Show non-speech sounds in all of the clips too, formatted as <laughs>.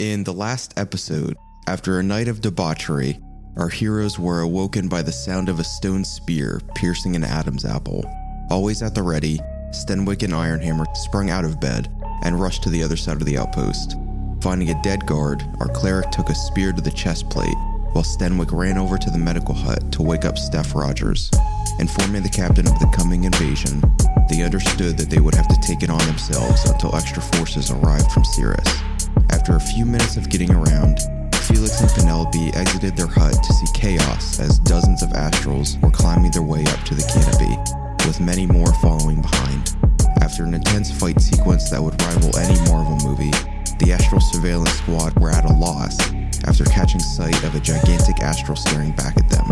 In the last episode, after a night of debauchery, our heroes were awoken by the sound of a stone spear piercing an Adam's apple. Always at the ready, Stenwick and Ironhammer sprung out of bed and rushed to the other side of the outpost. Finding a dead guard, our cleric took a spear to the chest plate, while Stenwick ran over to the medical hut to wake up Steph Rogers. Informing the captain of the coming invasion, they understood that they would have to take it on themselves until extra forces arrived from Cirrus. After a few minutes of getting around, Felix and Penelope exited their hut to see chaos as dozens of astrals were climbing their way up to the canopy, with many more following behind. After an intense fight sequence that would rival any Marvel movie, the astral surveillance squad were at a loss after catching sight of a gigantic astral staring back at them,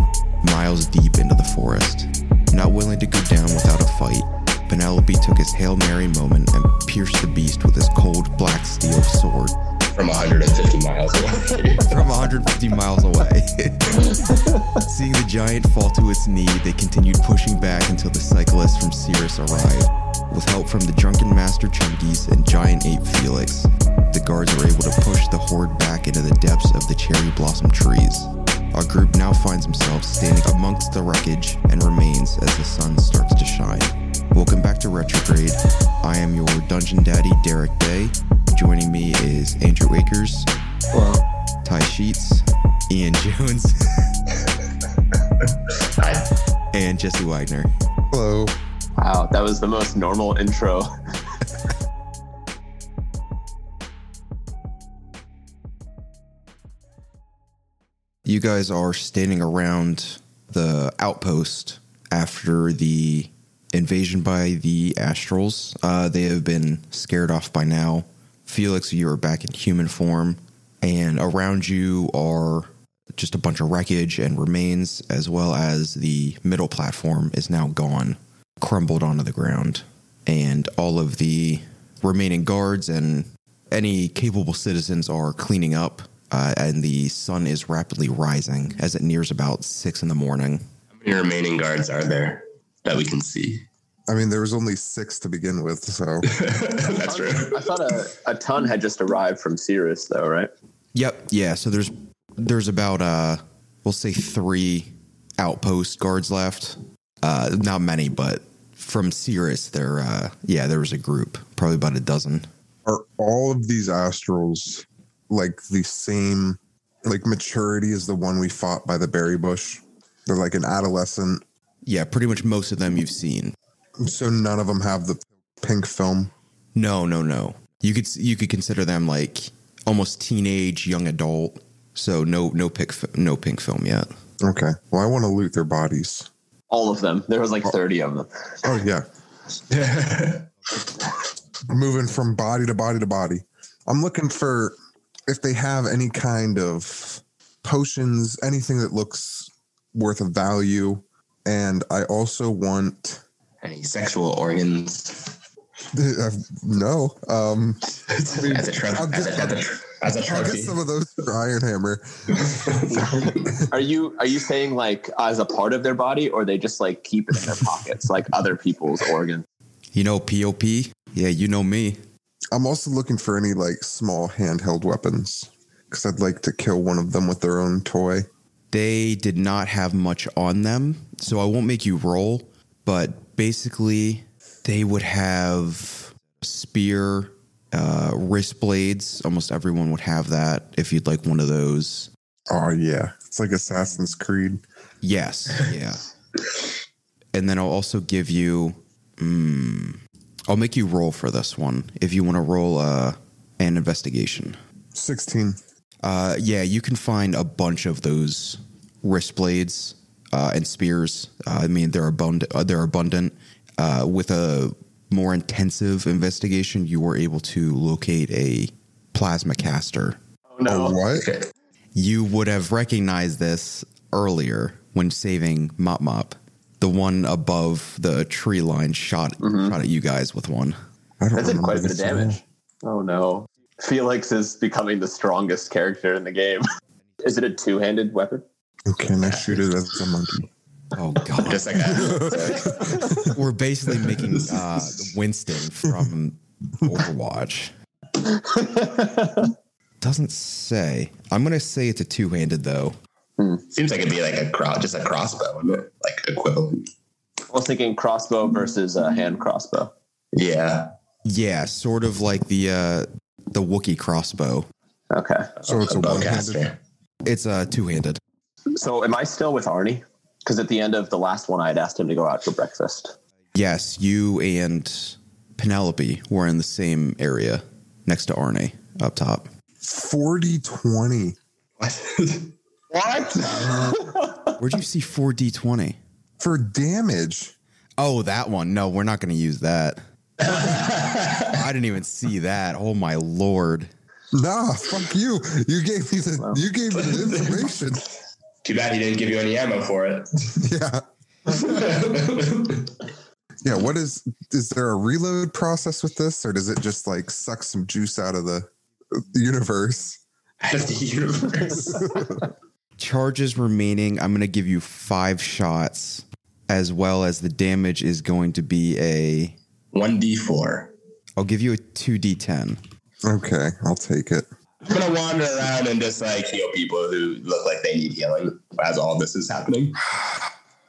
miles deep into the forest. Not willing to go down without a fight, Penelope took his Hail Mary moment and pierced the beast with his cold black steel sword from 150 miles away. from 150 miles away. <laughs> Seeing the giant fall to its knee, they continued pushing back until the cyclists from Cirrus arrived. With help from the drunken master Chunkies and giant ape Felix, the guards were able to push the horde back into the depths of the cherry blossom trees. Our group now finds themselves standing amongst the wreckage and remains as the sun starts to shine. Welcome back to Retrograde. I am your Dungeon Daddy, Derek Day. Joining me is Andrew Akers, Well, Ty Sheets, Ian Jones, I, and Jesse Wagner. hello. <laughs> Wow, that was the most normal intro. You guys are standing around the outpost after the invasion by the Astrals. Uh, they have been scared off by now. Felix, you are back in human form, and around you are just a bunch of wreckage and remains, as well as the middle platform is now gone, crumbled onto the ground. And all of the remaining guards and any capable citizens are cleaning up, uh, and the sun is rapidly rising as it nears about six in the morning. how many remaining guards are there that we can see? <laughs> I mean, there was only six to begin with, so That's true. I thought a, a ton had just arrived from Cirrus, though, right? Yep. Yeah. So there's there's about uh we'll say three outpost guards left. Uh, not many, but from Cirrus, there uh yeah there was a group, probably about a dozen. are all of these astrals like the same, like maturity is the one we fought by the berry bush? They're like an adolescent, Yeah, pretty much most of them you've seen. so none of them have the pink film. No, no, no. You could you could consider them like almost teenage, young adult. So no no pick fi- no pink film yet. Okay. Well, I want to loot their bodies. All of them. There was like 30 of them. Oh yeah, moving from body to body to body. I'm looking for if they have any kind of potions, anything that looks worth a value. And I also want <laughs> Any sexual organs? uh, no. Um, as, mean, a tro- I'll as, a, just- as, a, tr- as a I'll get trophy. some of those for Iron Hammer. Are you are you saying like as a part of their body, or they just like keep it in their pockets, like other people's organs? You know POP? Yeah, you know me. I'm also looking for any like small handheld weapons because I'd like to kill one of them with their own toy. They did not have much on them, so I won't make you roll, but basically they would have spear, uh, wrist blades. Almost everyone would have that if you'd like one of those. Oh yeah, it's like Assassin's Creed. Yes. Yeah. and then I'll also give you. Mm, I'll make you roll for this one if you want to roll uh, an investigation. Sixteen. Uh, yeah, you can find a bunch of those wrist blades uh, and spears. Uh, I mean, they're abundant. Uh, they're abundant. Uh, with a more intensive investigation, you were able to locate a plasma caster. Oh no. Oh, what? Okay. You would have recognized this earlier when saving Mop Mop, the one above the tree line shot shot at you guys with one. I don't That did remember quite a bit of this at all. damage. Oh no. Felix is becoming the strongest character in the game. Is it a two-handed weapon? Can I shoot it as a monkey? Oh god, Just like <laughs> that. we're basically making uh, Winston from Overwatch. Doesn't say. I'm gonna say it's a two-handed though. Seems like it'd be like a cross, just a crossbow, wouldn't it? Like equivalent. I was thinking crossbow versus uh, hand crossbow. Yeah. Yeah, sort of like the uh the Wookiee crossbow. Okay. So it's a one-handed. bowcaster. It's uh two-handed. So am I still with Arnie? Because at the end of the last one, I had asked him to go out for breakfast. Yes, you and Penelope were in the same area next to Arne up top. 40 20. What? <laughs> What? Where'd you see 4D20? For damage. Oh, that one. No, we're not going to use that. I didn't even see that. Oh my lord. Nah, fuck you. You gave me the Wow. you gave me the <laughs> information. Too bad he didn't give you any ammo for it. <laughs> Yeah. Yeah. What is is there a reload process with this, or does it just like suck some juice out of the universe? Out of the <laughs> universe. Charges remaining. I'm going to give you five shots, as well as the damage is going to be a. 1d4. I'll give you a 2d10. Okay, I'll take it. I'm gonna wander around and just like heal people who look like they need healing as all this is happening.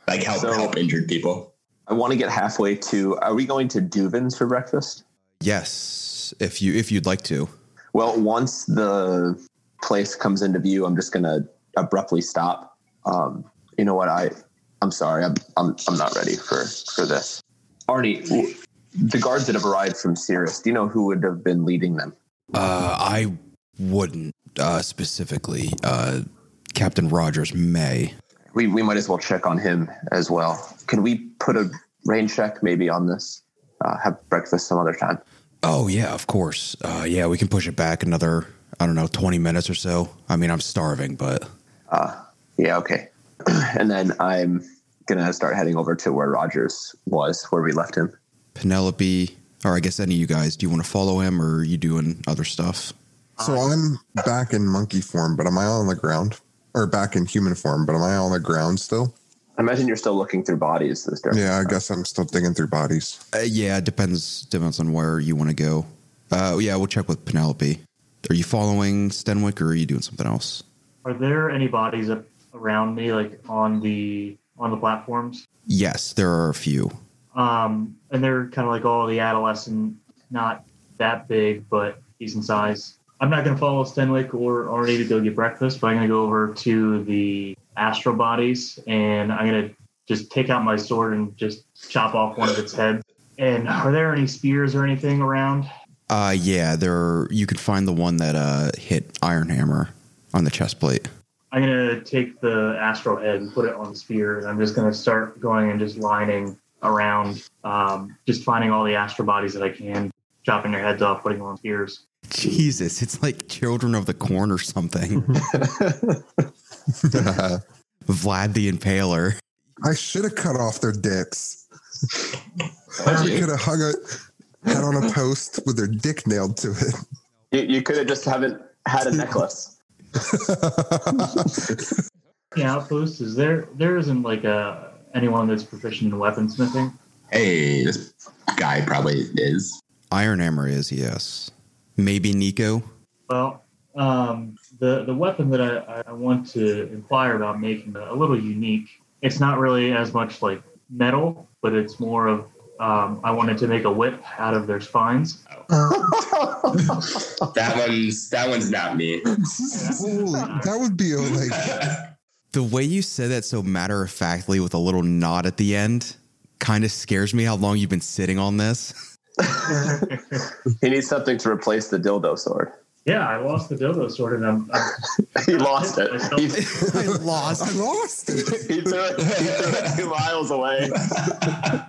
Like help So- help injured people. I want to get halfway to. Are we going to Duvin's for breakfast? Yes, if you if you'd like to. Well, once the place comes into view, I'm just gonna abruptly stop. Um, you know what? I I'm sorry. I'm I'm, I'm not ready for for this. Arnie, w- the guards that have arrived from Cirrus. Do you know who would have been leading them? Uh, I wouldn't uh, specifically. Uh, Captain Rogers may. We we might as well check on him as well. Can we put a rain check maybe on this? Uh, have breakfast some other time. Oh yeah, of course. Uh, yeah, we can push it back another. I don't know, twenty minutes or so. I mean, I'm starving, but Yeah, okay. <clears throat> and then I'm gonna start heading over to where Rogers was, where we left him. Penelope, or I guess any of you guys, do you want to follow him, or are you doing other stuff? So I'm back in monkey form, but am I on the ground? Or back in human form, but am I on the ground still? I imagine you're still looking through bodies this during Yeah, I guess I'm still digging through bodies. <laughs> Uh, yeah, it depends depends on where you want to go. Uh, yeah, we'll check with Penelope. Are you following Stenwick, or are you doing something else? Are there any bodies up around me, like on the on the platforms? Yes, there are a few. Um, and they're kind of like all the adolescent, not that big, but decent size. I'm not going to follow Stenwick or Arnie to go get breakfast, but I'm going to go over to the astral bodies and I'm going to just take out my sword and just chop off one of its heads. And are there any spears or anything around? Uh, yeah, there. Are, you can find the one that uh, hit Ironhammer on the chest plate. I'm gonna take the astral head and put it on the spear, and I'm just gonna start going and just lining around, um, just finding all the astral bodies that I can, chopping their heads off, putting them on spears. Jesus, it's like Children of the Corn or something. I Vlad the Impaler. should have cut off their dicks. Would I you? could have hung a head on a post with their dick nailed to <laughs> it. You, you could have just haven't had a necklace. The outpost is there. There isn't like a anyone that's proficient in weaponsmithing. Hey, this guy probably is. Ironhammer is yes. Maybe Nico. Well, um, the the weapon that I, I want to inquire about making a little unique. It's not really as much like metal, but it's more of um, I wanted to make a whip out of their spines. That one's that one's not me. <laughs> Holy, that would be a, like The way you said that so matter of factly with a little nod at the end kind of scares me how long you've been sitting on this. He needs something to replace the dildo sword. <laughs> Yeah, I lost the dildo sword, and I'm, I'm He lost it. He, <laughs> <laughs> <laughs> I I lost. lost it. he, threw it, he threw it two miles away. To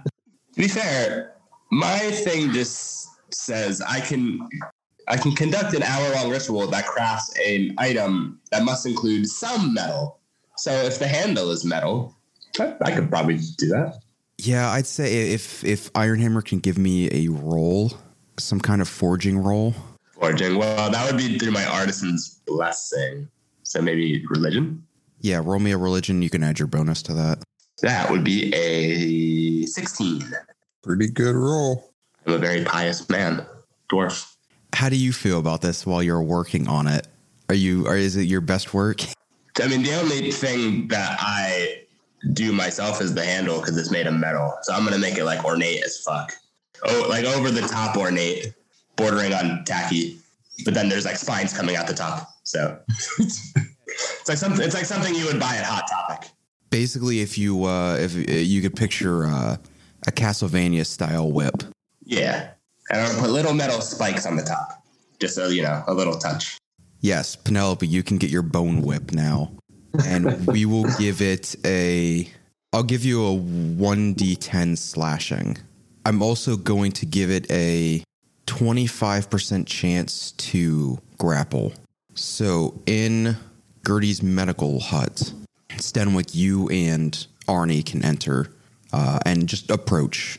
be fair, my thing just says I can I can conduct an hour long ritual that crafts an item that must include some metal. So if the handle is metal, I, I could probably do that. Yeah, I'd say if if Ironhammer can give me a roll, some kind of forging roll. Forging. Well, that would be through my artisan's blessing. So maybe religion. Yeah, roll me a religion. You can add your bonus to that. That would be a sixteen. Pretty good roll. I'm a very pious man, dwarf. How do you feel about this while you're working on it? Are you or is it your best work? I mean, the only thing that I do myself is the handle because it's made of metal. So I'm gonna make it like ornate as fuck. Oh, like over the top ornate, bordering on tacky. But then there's like spines coming out the top. So <laughs> it's like something. It's like something you would buy at Hot Topic. Basically, if you uh, if uh, you could picture uh, a Castlevania style whip, Yeah, and I'll put little metal spikes on the top, just so you know, a little touch. yes, Penelope, you can get your bone whip now, and we will give it a. I'll give you a one d10 slashing. I'm also going to give it a 25% chance to grapple. So in Gertie's medical hut, Stenwick, you and Arnie can enter uh, and just approach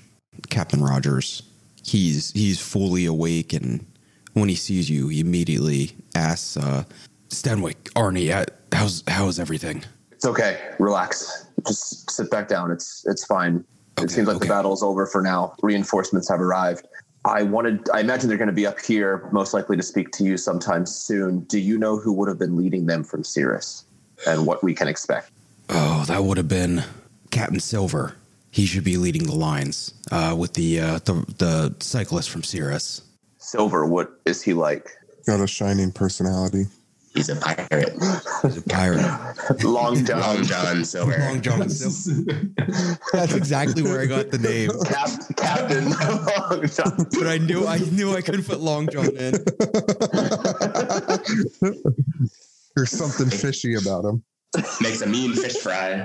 Captain Rogers. He's he's fully awake, and when he sees you, he immediately asks uh, Stenwick, Arnie, uh, how's how is everything? It's okay. Relax. Just sit back down. It's it's fine. Okay, it seems like okay. the battle's over for now. Reinforcements have arrived. I wanted. I imagine they're going to be up here, most likely to speak to you sometime soon. Do you know who would have been leading them from Cirrus, and what we can expect? Oh, that would have been Captain Silver. He should be leading the lines uh, with the, uh, the the cyclist from Cirrus. Silver, what is he like? Got a shining personality. He's a pirate. He's a pirate. <laughs> Long Long John. John Silver. Long John Silver. That's exactly where I got the name. Cap, Captain <laughs> Long John. But I knew I knew I couldn't put Long John in. Uh, There's something fishy about him. Makes a mean fish fry.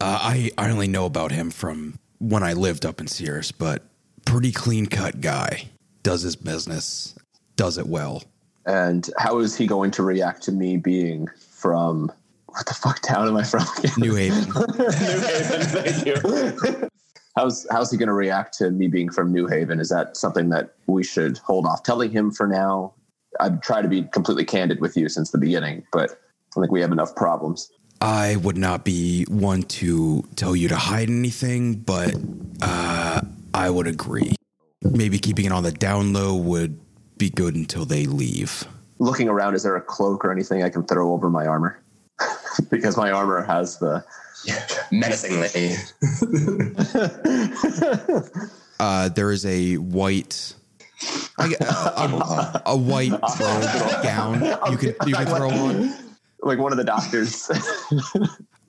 Uh, I I only know about him from when I lived up in Sears, but pretty clean cut guy. Does his business, does it well. And how is he going to react to me being from what the fuck town am I from? again? New Haven. New Haven, thank you. <laughs> How's how's he going to react to me being from New Haven? Is that something that we should hold off telling him for now? I've tried to be completely candid with you since the beginning, but I think we have enough problems. I would not be one to tell you to hide anything, but uh, I would agree. Maybe keeping it on the down low would be good until they leave. Looking around, is there a cloak or anything I can throw over my armor? <laughs> because my armor has the. <laughs> Menacingly. Uh, there is a white, I, a, a, a white robe gown you can you can throw on. like one of the doctors. <laughs>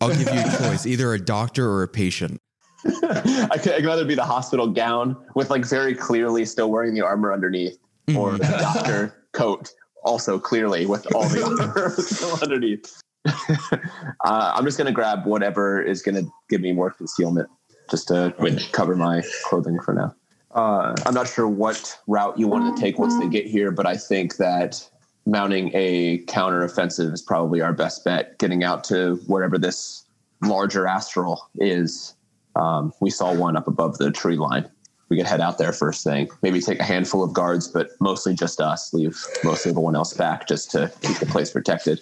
I'll give you a choice: either a doctor or a patient. I could, I could either be the hospital gown with like very clearly still wearing the armor underneath, or the doctor coat also clearly with all the armor still <laughs> underneath. uh, I'm just gonna grab whatever is gonna give me more concealment, just to cover my clothing for now. Uh, I'm not sure what route you wanted to take once they get here, but I think that mounting a counteroffensive is probably our best bet. Getting out to wherever this larger astral is um, we saw one up above the tree line. We could head out there first thing. Maybe take a handful of guards, but mostly just us. Leave most everyone else back just to keep the place protected.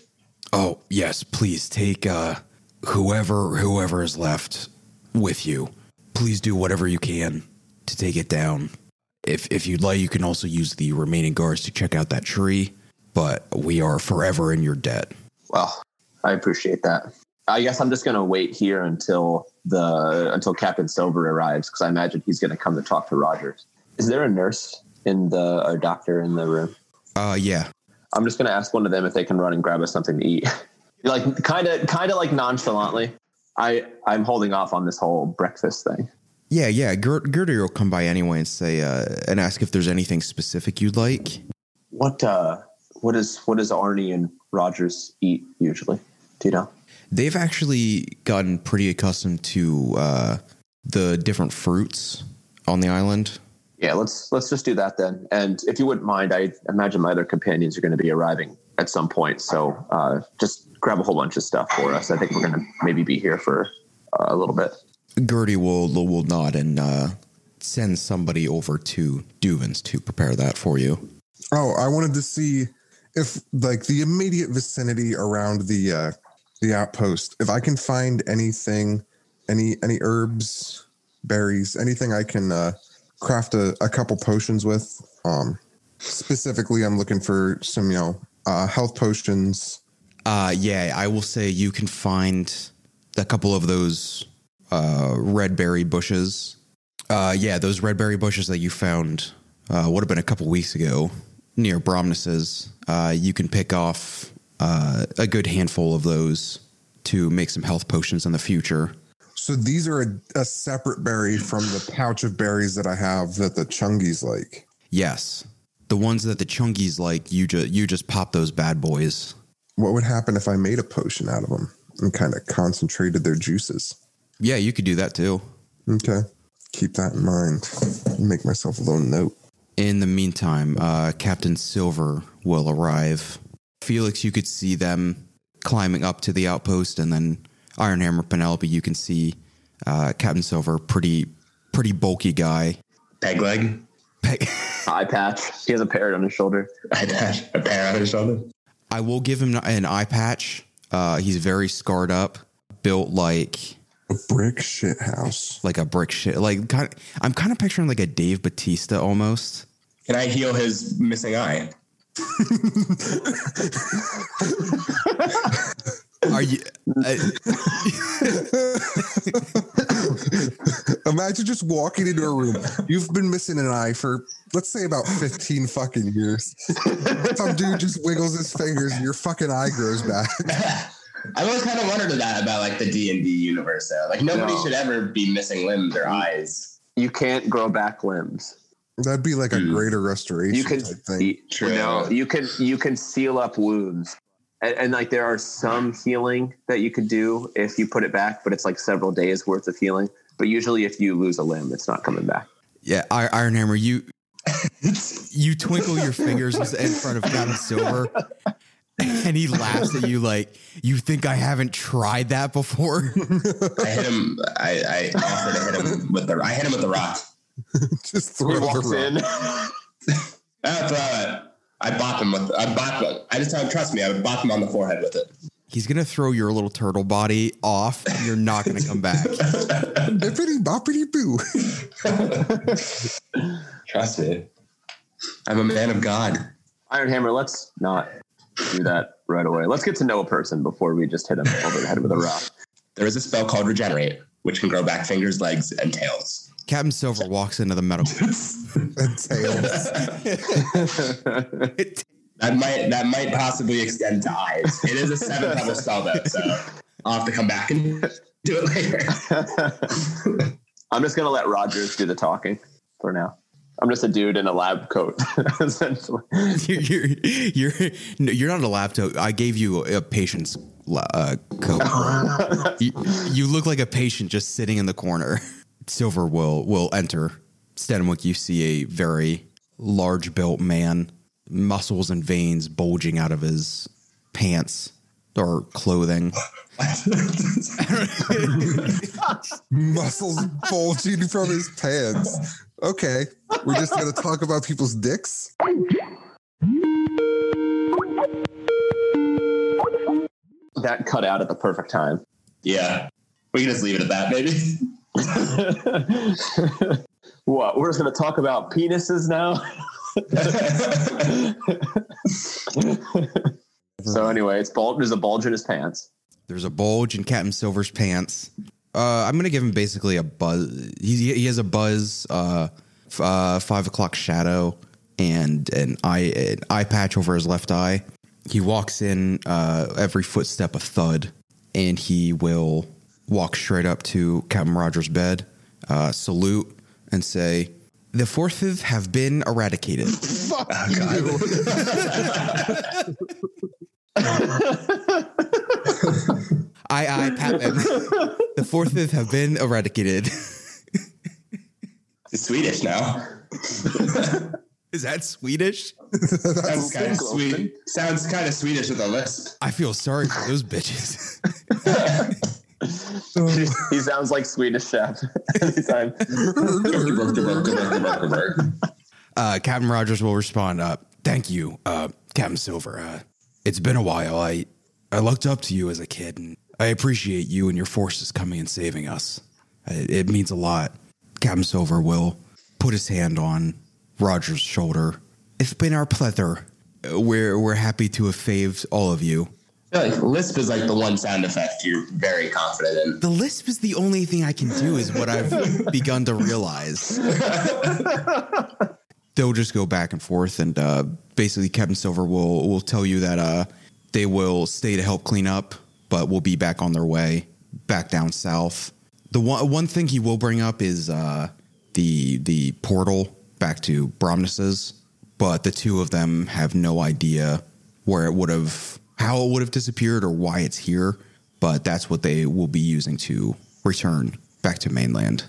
Oh yes, please take uh, whoever whoever is left with you. Please do whatever you can to take it down. If if you'd like, you can also use the remaining guards to check out that tree. But we are forever in your debt. Well, I appreciate that. I guess I'm just going to wait here until the until Captain Silver arrives because I imagine he's going to come to talk to Rogers. Is there a nurse in the or doctor in the room? Uh, yeah. I'm just going to ask one of them if they can run and grab us something to eat. <laughs> like kind of kind of like nonchalantly. I I'm holding off on this whole breakfast thing. Yeah, yeah. Ger- Gertie will come by anyway and say uh, and ask if there's anything specific you'd like. What uh what is what does Arnie and Rogers eat usually? Do you know? They've actually gotten pretty accustomed to uh, the different fruits on the island. Yeah, let's let's just do that then. And if you wouldn't mind, I imagine my other companions are going to be arriving at some point. So uh, just grab a whole bunch of stuff for us. I think we're going to maybe be here for uh, a little bit. Gertie will will nod and uh, send somebody over to Duvins to prepare that for you. Oh, I wanted to see if like the immediate vicinity around the uh the outpost, if I can find anything, any any herbs, berries, anything I can uh craft a, a couple potions with. Um Specifically, I'm looking for some, you know, uh, health potions. Uh, yeah, I will say you can find a couple of those uh, red berry bushes. Uh, yeah, those red berry bushes that you found uh, would have been a couple weeks ago near Bromnes's. Uh, you can pick off uh, a good handful of those to make some health potions in the future. So these are a, a separate berry from the pouch of berries that I have that the Chungies like. Yes, the ones that the chungies like, you just you just pop those bad boys. What would happen if I made a potion out of them and kind of concentrated their juices? Yeah, you could do that too. Okay. Keep that in mind. Make myself a little note. In the meantime, uh, Captain Silver will arrive. Felix, you could see them climbing up to the outpost, and then Ironhammer Penelope, you can see uh, Captain Silver, pretty pretty bulky guy. Peg leg. Pe- <laughs> Eye patch. He has a parrot on his shoulder. I dash a pair on his shoulder. I will give him an eye patch. Uh, he's very scarred up, built like A brick shit house. <laughs> like a brick shit. Like kind of, I'm kind of picturing like a Dave Batista almost. Can I heal his missing eye? <laughs> Are you? Uh, Imagine just walking into a room. You've been missing an eye for let's say about 15 fucking years. <laughs> Some dude just wiggles his fingers and your fucking eye grows back. I always kind of wondered that about like the D and D universe. Though. Like nobody No. should ever be missing limbs or eyes. You can't grow back limbs. That'd be like a Hmm. greater restoration You can type thing. you- No, you can you can seal up wounds. And, and like there are some healing that you could do if you put it back, but it's like several days worth of healing. But usually if you lose a limb, it's not coming back. yeah, I- Ironhammer, you you twinkle your fingers in front of Captain Silver, and he laughs at you like, "You think I haven't tried that before?" I hit him. I, I offered to hit him with the. I hit him with the rock. <laughs> Just throw He it walks around. in. I throw it. I bop him with. I bop him. I just don't trust me. I would bop him on the forehead with it. He's gonna throw your little turtle body off. And you're not gonna come <laughs> back. <laughs> Bippity boppity boo. Trust me. I'm a man of God. Iron Hammer, let's not do that right away. Let's get to know a person before we just hit him over the head with a rock. <laughs> There is a spell called Regenerate, which can grow back fingers, legs, <laughs> and tails. Captain Silver walks into the medical. And tails. That might that might possibly extend to eyes. It is a seventh level spell though, so I'll have to come back and do it later. <laughs> I'm just gonna let Rogers do the talking for now. I'm just a dude in a lab coat. <laughs> essentially. <laughs> You're you're you're, no, you're not allowed to. I gave you a patient's la- uh, coat. you, you look like a patient just sitting in the corner. Silver will will enter. Stenwick, you see a very large built man, muscles and veins bulging out of his pants or clothing. Muscles bulging from his pants. Okay. We're just gonna talk about people's dicks. that cut out at the perfect time. yeah. We can just leave it at that, maybe. <laughs> what? We're just gonna talk about penises now. so anyway, it's bul- There's a bulge in his pants. There's a bulge in Captain Silver's pants. Uh, I'm gonna give him basically a buzz. He, he has a buzz, uh, f- uh, five o'clock shadow, and an eye an eye patch over his left eye. He walks in uh, every footstep a thud, and he will walk straight up to Captain Rogers' bed, uh, salute, and say, "The forces have been eradicated." I, I, Pat, the forces have been eradicated. <laughs> It's Swedish now. Is that Swedish? Sounds kind of sweet. Sounds kind of Swedish with a lisp. <laughs> I feel sorry for those bitches. <laughs> he sounds like Swedish chef <laughs> every time. Uh, Captain Rogers will respond, uh, "Thank you, uh, Captain Silver. Uh, it's been a while. I I looked up to you as a kid, and I appreciate you and your forces coming and saving us. It, it means a lot." Captain Silver will put his hand on Rogers' shoulder It's been our pleasure. Uh, We're we're happy to have saved all of you. I feel like lisp is like the one sound effect you're very confident in. The lisp is the only thing I can do, is what I've begun to realize. They'll just go back and forth, and uh, basically, Captain Silver will will tell you that uh, they will stay to help clean up, but will be back on their way back down south. The one one thing he will bring up is uh, the the portal back to Bromness's, but the two of them have no idea where it would have, how it would have disappeared, or why it's here. But that's what they will be using to return back to mainland.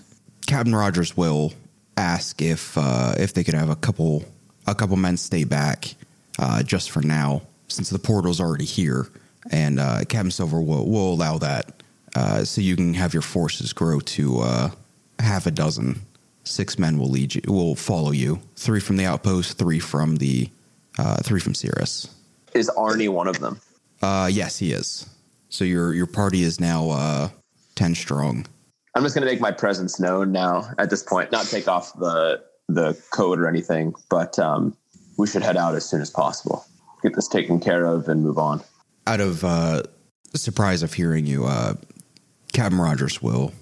Captain Rogers will ask if uh, if they could have a couple a couple men stay back uh, just for now, since the portal's already here, and uh, Captain Silver will will allow that, uh, so you can have your forces grow to uh, half a dozen. Six men will lead you, will follow you. Three from the outpost, three from the uh, three from Cirrus. Is Arnie one of them? Uh, yes, he is. So your your party is now uh, ten strong. I'm just gonna make my presence known now at this point, not take off the the code or anything, but um, we should head out as soon as possible. Get this taken care of and move on. out of uh, surprise of hearing you, uh, Captain Rogers will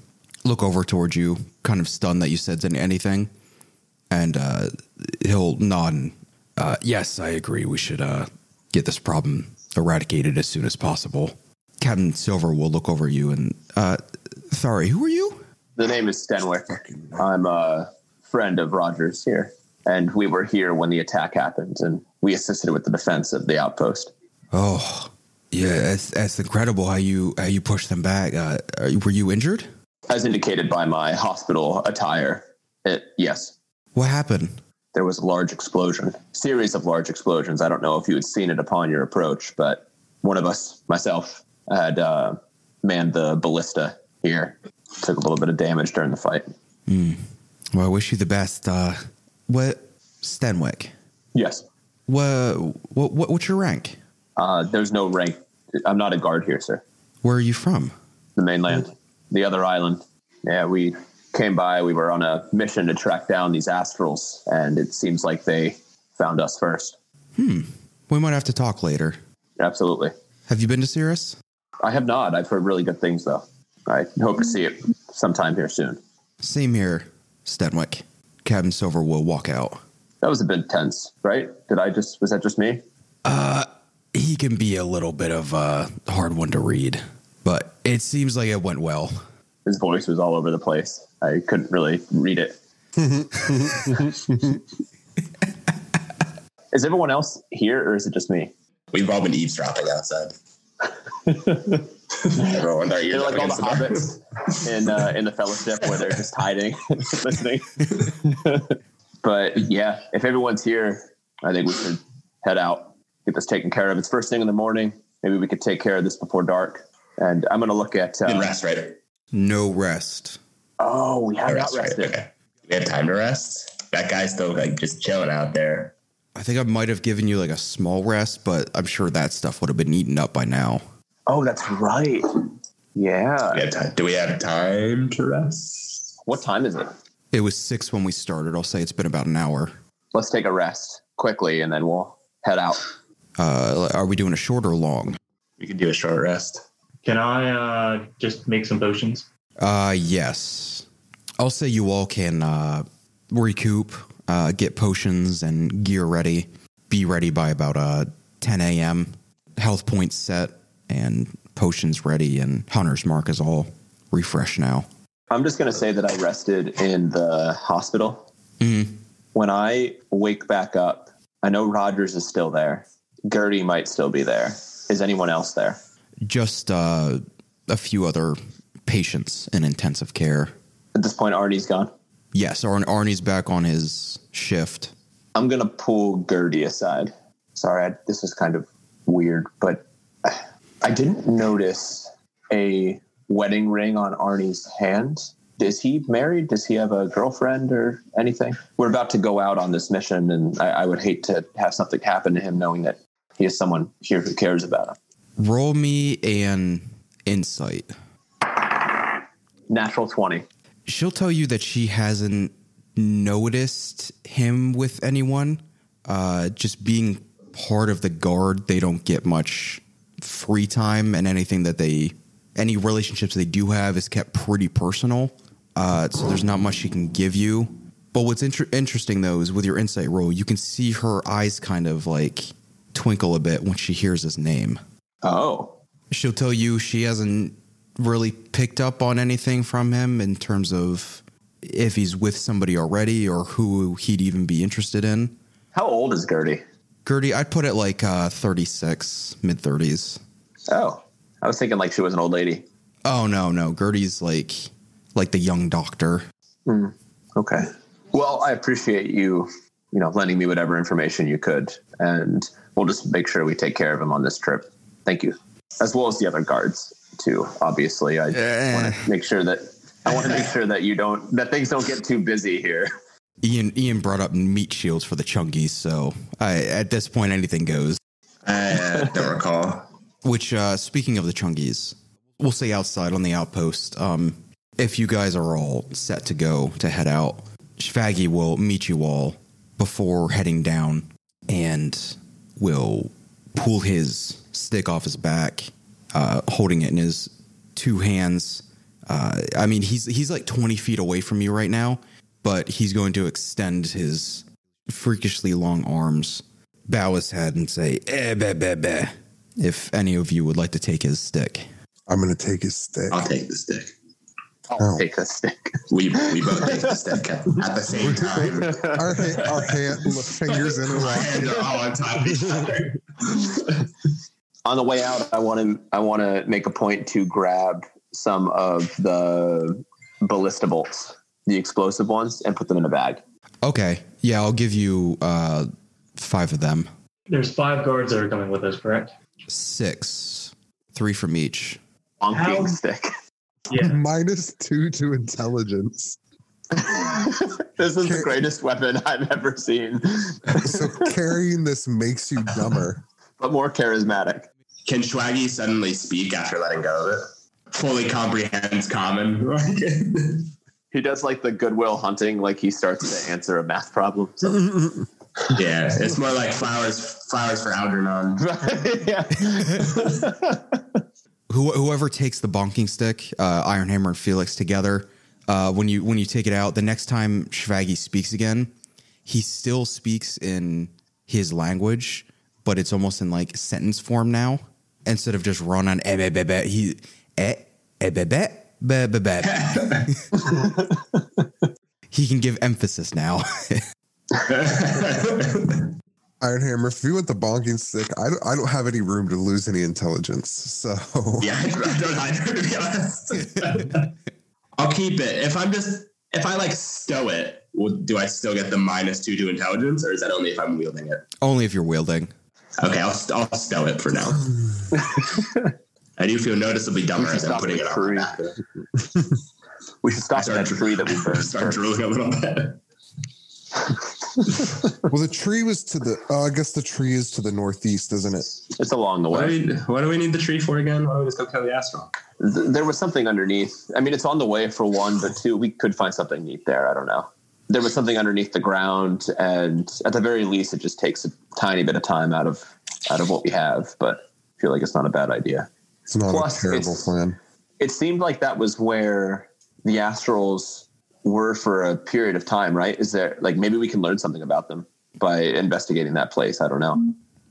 look over towards you, kind of stunned that you said an- anything, and uh, he'll nod. And, uh, yes, I agree. We should uh, get this problem eradicated as soon as possible. Captain Silver will look over you and, uh, sorry, who are you? The name is Stenwick. I'm a friend of Rogers here, and we were here when the attack happened, and we assisted with the defense of the outpost. Oh, yeah, that's, that's incredible how you how you pushed them back. Uh, are you- were you injured? As indicated by my hospital attire, it, yes, What happened? there was a large explosion, series of large explosions. I don't know if you had seen it upon your approach, but one of us, myself, had uh, manned the ballista here. Took a little bit of damage during the fight. Well, I wish you the best. Uh, what, Stenwick? Yes, What, what, what, what's your rank? uh, there's no rank. I'm not a guard here, sir. Where are you from? the mainland, the other island. Yeah, we came by. We were on a mission to track down these astrals, and it seems like they found us first. We might have to talk later. Absolutely. Have you been to Cirrus? I have not. I've heard really good things, though. I hope to see it sometime here soon. Same here, Stenwick. Captain Silver will walk out. That was a bit tense, right? Did I just, was that just me? He can be a little bit of a hard one to read, but it seems like it went well. His voice was all over the place. I couldn't really read it. is everyone else here, or is it just me? We've all been eavesdropping outside. <laughs> Everyone, their ears They're up like all the against the door. hobbits in uh, in the Fellowship where they're just hiding, <laughs> listening. but yeah, if everyone's here, I think we should head out, get this taken care of. It's first thing in the morning. Maybe we could take care of this before dark. And I'm gonna look at. You can Uh, rest, right? No rest. oh, we have not Rest, right? rested. Okay. We have time to rest. That guy's still like just chilling out there. I think I might have given you like a small rest, but I'm sure that stuff would have been eaten up by now. Oh, that's right. Yeah. We have time. Do we have time to rest? What time is it? It was six when we started. I'll say it's been about an hour. Let's take a rest quickly, and then we'll head out. Uh, are we doing a short or long? We could do a short rest. Can I uh, just make some potions? Uh, yes. I'll say you all can uh, recoup, uh, get potions and gear ready. Be ready by about uh, 10 a.m. Health points set and potions ready, and Hunter's Mark is all refresh now. I'm just going to say that I rested in the hospital. Mhm. When I wake back up, I know Rogers is still there. Gertie might still be there. Is anyone else there? Just uh, a few other patients in intensive care. At this point, Arnie's gone. Yes, Ar- Arnie's back on his shift. I'm going to pull Gertie aside. Sorry, I, this is kind of weird, but I didn't notice a wedding ring on Arnie's hand. Is he married? Does he have a girlfriend or anything? We're about to go out on this mission, and I, I would hate to have something happen to him knowing that he has someone here who cares about him. Roll me an insight. Natural 20. she'll tell you that she hasn't noticed him with anyone, uh, just being part of the guard, they don't get much free time, and anything that they, any relationships they do have is kept pretty personal. Uh, so there's not much she can give you. But what's inter- interesting though is with your insight roll, you can see her eyes kind of like twinkle a bit when she hears his name. Oh, She'll tell you she hasn't really picked up on anything from him in terms of if he's with somebody already or who he'd even be interested in. how old is Gertie? Gertie, I'd put it like uh, 36, mid 30s. Oh, I was thinking like she was an old lady. Oh no, no, Gertie's like like the young doctor. Okay. Well, I appreciate you, you know, lending me whatever information you could, and we'll just make sure we take care of him on this trip. Thank you, as well as the other guards too. Obviously, I want Eh. to make sure that I want to make sure that you don't that things don't get too busy here. Ian Ian brought up meat shields for the chungies, so I, at this point anything goes. I uh, don't recall. Which uh, speaking of the chungies, we'll say outside on the outpost. Um, if you guys are all set to go to head out, Shvaggy will meet you all before heading down, and will pull his stick off his back, uh, holding it in his two hands. Uh, I mean, he's he's like twenty feet away from you right now, but he's going to extend his freakishly long arms, bow his head, and say, eh, bah, bah, bah, if any of you would like to take his stick. I'm gonna take his stick. I'll take the stick. Oh. <laughs> Take a stick. We we both take the stick at the same <laughs> time. Our, ha- our hand, fingers in a Our lock. hands are all on top of each other. on the way out, I want to I want to make a point to grab some of the ballista bolts, the explosive ones, and put them in a bag. Okay, yeah, I'll give you uh, five of them. There's five guards that are coming with us, correct? Six, three from each. Bonking How- stick. <laughs> Yeah. Minus two to intelligence. this is the greatest weapon I've ever seen, So carrying this makes you dumber. but more charismatic. Can Schwaggy suddenly speak after letting go of it? Fully comprehends common. He does like the Goodwill Hunting, like he starts to answer a math problem. <laughs> yeah, it's more like flowers flowers for <laughs> Algernon. <laughs> yeah. Who, whoever takes the bonking stick, uh, Iron Hammer and Felix together, uh, when you when you take it out, the next time Shvaggy speaks again, he still speaks in his language, but it's almost in like sentence form now instead of just run on. Eh, beh, beh, beh, he eh, eh, beh, beh, beh, beh, beh. He can give emphasis now. <laughs> Iron Hammer, if you want the bonking stick, I don't, I don't have any room to lose any intelligence. So yeah, I don't know either, to be honest. <laughs> I'll keep it. If I'm just if I like stow it, well, do I still get the minus two to intelligence, or is that only if I'm wielding it? Only if you're wielding. Okay, I'll, I'll stow it for <laughs> now. I do feel noticeably dumber as I'm putting it on. my back. We should I stop start, that tree that we burned. <laughs> start first. drooling a little bit. well, the tree was to the. Uh, I guess the tree is to the northeast, isn't it? It's along the What way. do, we, what do we need the tree for again? Why don't we just go kill the astral? Th- there was something underneath. I mean, it's on the way for one, but two, we could find something neat there. I don't know. There was something underneath the ground, and at the very least, it just takes a tiny bit of time out of out of what we have. But I feel like it's not a bad idea. It's not Plus, a terrible it's- plan. It seemed like that was where the astrals were for a period of time, right? Is there like maybe we can learn something about them by investigating that place? I don't know,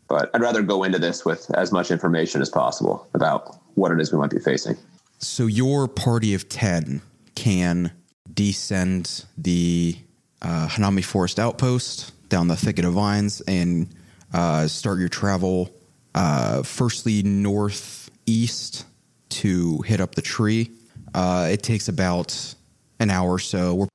but I'd rather go into this with as much information as possible about what it is we might be facing. So your party of 10 can descend the uh, Hanami Forest outpost down the thicket of vines and uh, start your travel uh, firstly northeast to hit up the tree. Uh, it takes about an hour or so. We're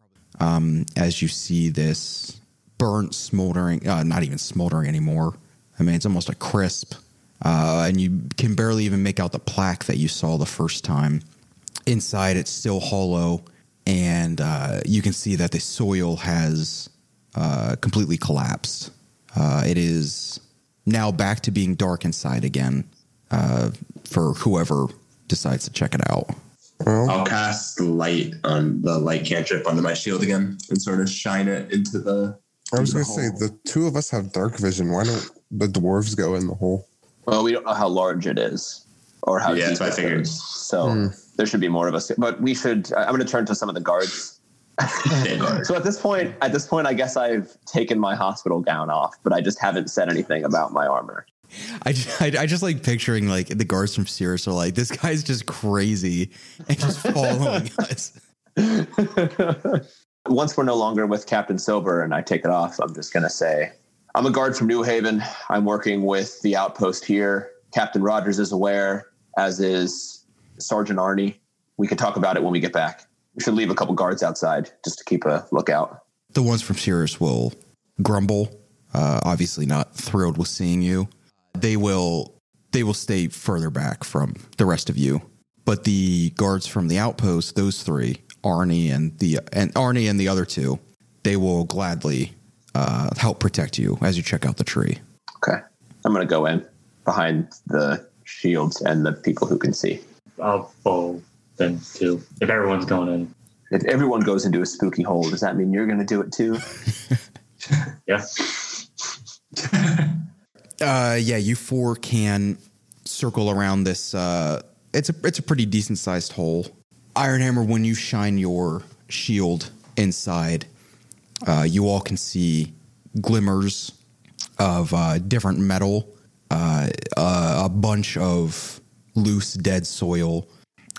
um, as you see this burnt, smoldering, uh, not even smoldering anymore. I mean, it's almost a crisp, uh, and you can barely even make out the plaque that you saw the first time. Inside, it's still hollow, and uh, you can see that the soil has uh, completely collapsed. Uh, it is now back to being dark inside again uh, for whoever decides to check it out. Well, I'll cast light on the light cantrip onto my shield again and sort of shine it into the I was through gonna the say hole. the two of us have dark vision. Why don't the dwarves go in the hole? Well, we don't know how large it is or how Yeah, deep that's what I it figured. goes. So Hmm. there should be more of us. But we should. I- I'm going to turn to some of the guards. So at this point, at this point, I guess I've taken my hospital gown off, but I just haven't said anything about my armor. I, ju- I, I just like picturing like the guards from Cirrus are like, this guy's just crazy and just following us. <laughs> Once we're no longer with Captain Silver and I take it off, I'm just going to say I'm a guard from New Haven. I'm working with the outpost here. Captain Rogers is aware, as is Sergeant Arnie. We can talk about it when we get back. We should leave a couple guards outside just to keep a lookout. The ones from Cirrus will grumble, uh, obviously not thrilled with seeing you. They will they will stay further back from the rest of you. But the guards from the outpost, those three, Arnie and the and Arnie and the other two, they will gladly uh, help protect you as you check out the tree. Okay. I'm going to go in behind the shields and the people who can see. I'll follow them too. If everyone's going in, If everyone goes into a spooky hole, does that mean you're going to do it too? yeah. Uh, yeah, you four can circle around this. Uh, it's a it's a pretty decent sized hole. Ironhammer, when you shine your shield inside, uh, you all can see glimmers of uh, different metal, uh, uh, a bunch of loose dead soil,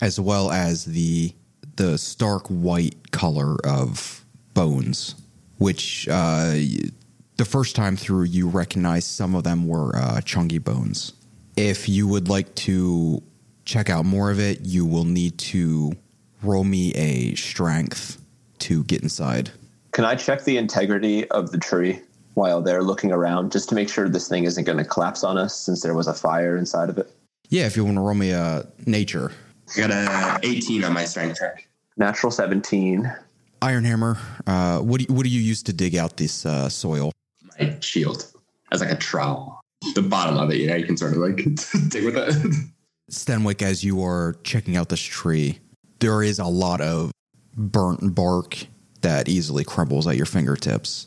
as well as the the stark white color of bones, which uh, the first time through you recognized some of them were uh, chungi bones. If you would like to check out more of it, you will need to roll me a strength to get inside. Can I check the integrity of the tree while they're looking around just to make sure this thing isn't going to collapse on us since there was a fire inside of it? Yeah, if you want to roll me a nature. I got a 18 on my strength check. Natural 17. Iron Hammer, uh, what, do you, what do you use to dig out this uh, soil? My shield as like a trowel. The bottom of it, you know, you can sort of like <laughs> dig with it. Stenwick, as you are checking out this tree, there is a lot of burnt bark that easily crumbles at your fingertips.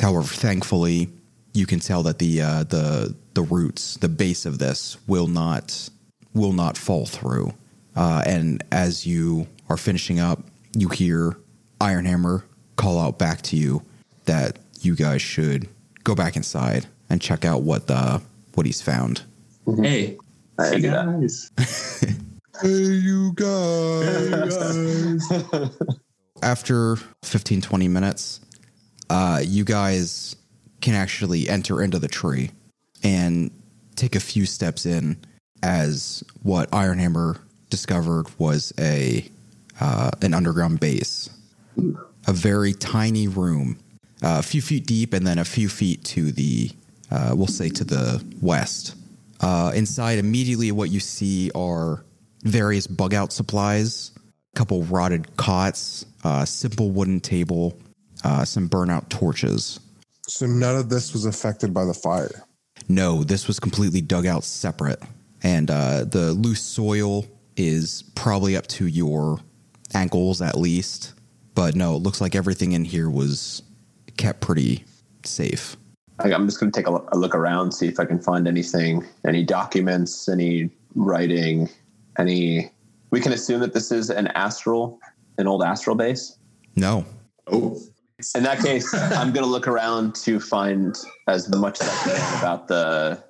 However, thankfully, you can tell that the uh, the the roots, the base of this, will not will not fall through. Uh, and as you are finishing up, you hear Ironhammer call out back to you that you guys should go back inside and check out what the what he's found. hey, I do that. guys. Hey, you <laughs> guys! after 15 20 minutes uh, you guys can actually enter into the tree and take a few steps in as what ironhammer discovered was a uh, an underground base a very tiny room uh, a few feet deep and then a few feet to the uh, we'll say to the west uh, inside immediately what you see are various bug out supplies couple rotted cots, a simple wooden table, uh, some burnout torches. so none of this was affected by the fire. No, this was completely dug out separate. And uh, the loose soil is probably up to your ankles at least. But no, it looks like everything in here was kept pretty safe. I- I'm just going to take a lo- a look around, see if I can find anything, any documents, any writing, any. We can assume that this is an astral, an old astral base. No, Oh, In that case, I'm going to look around to find as much as I can about the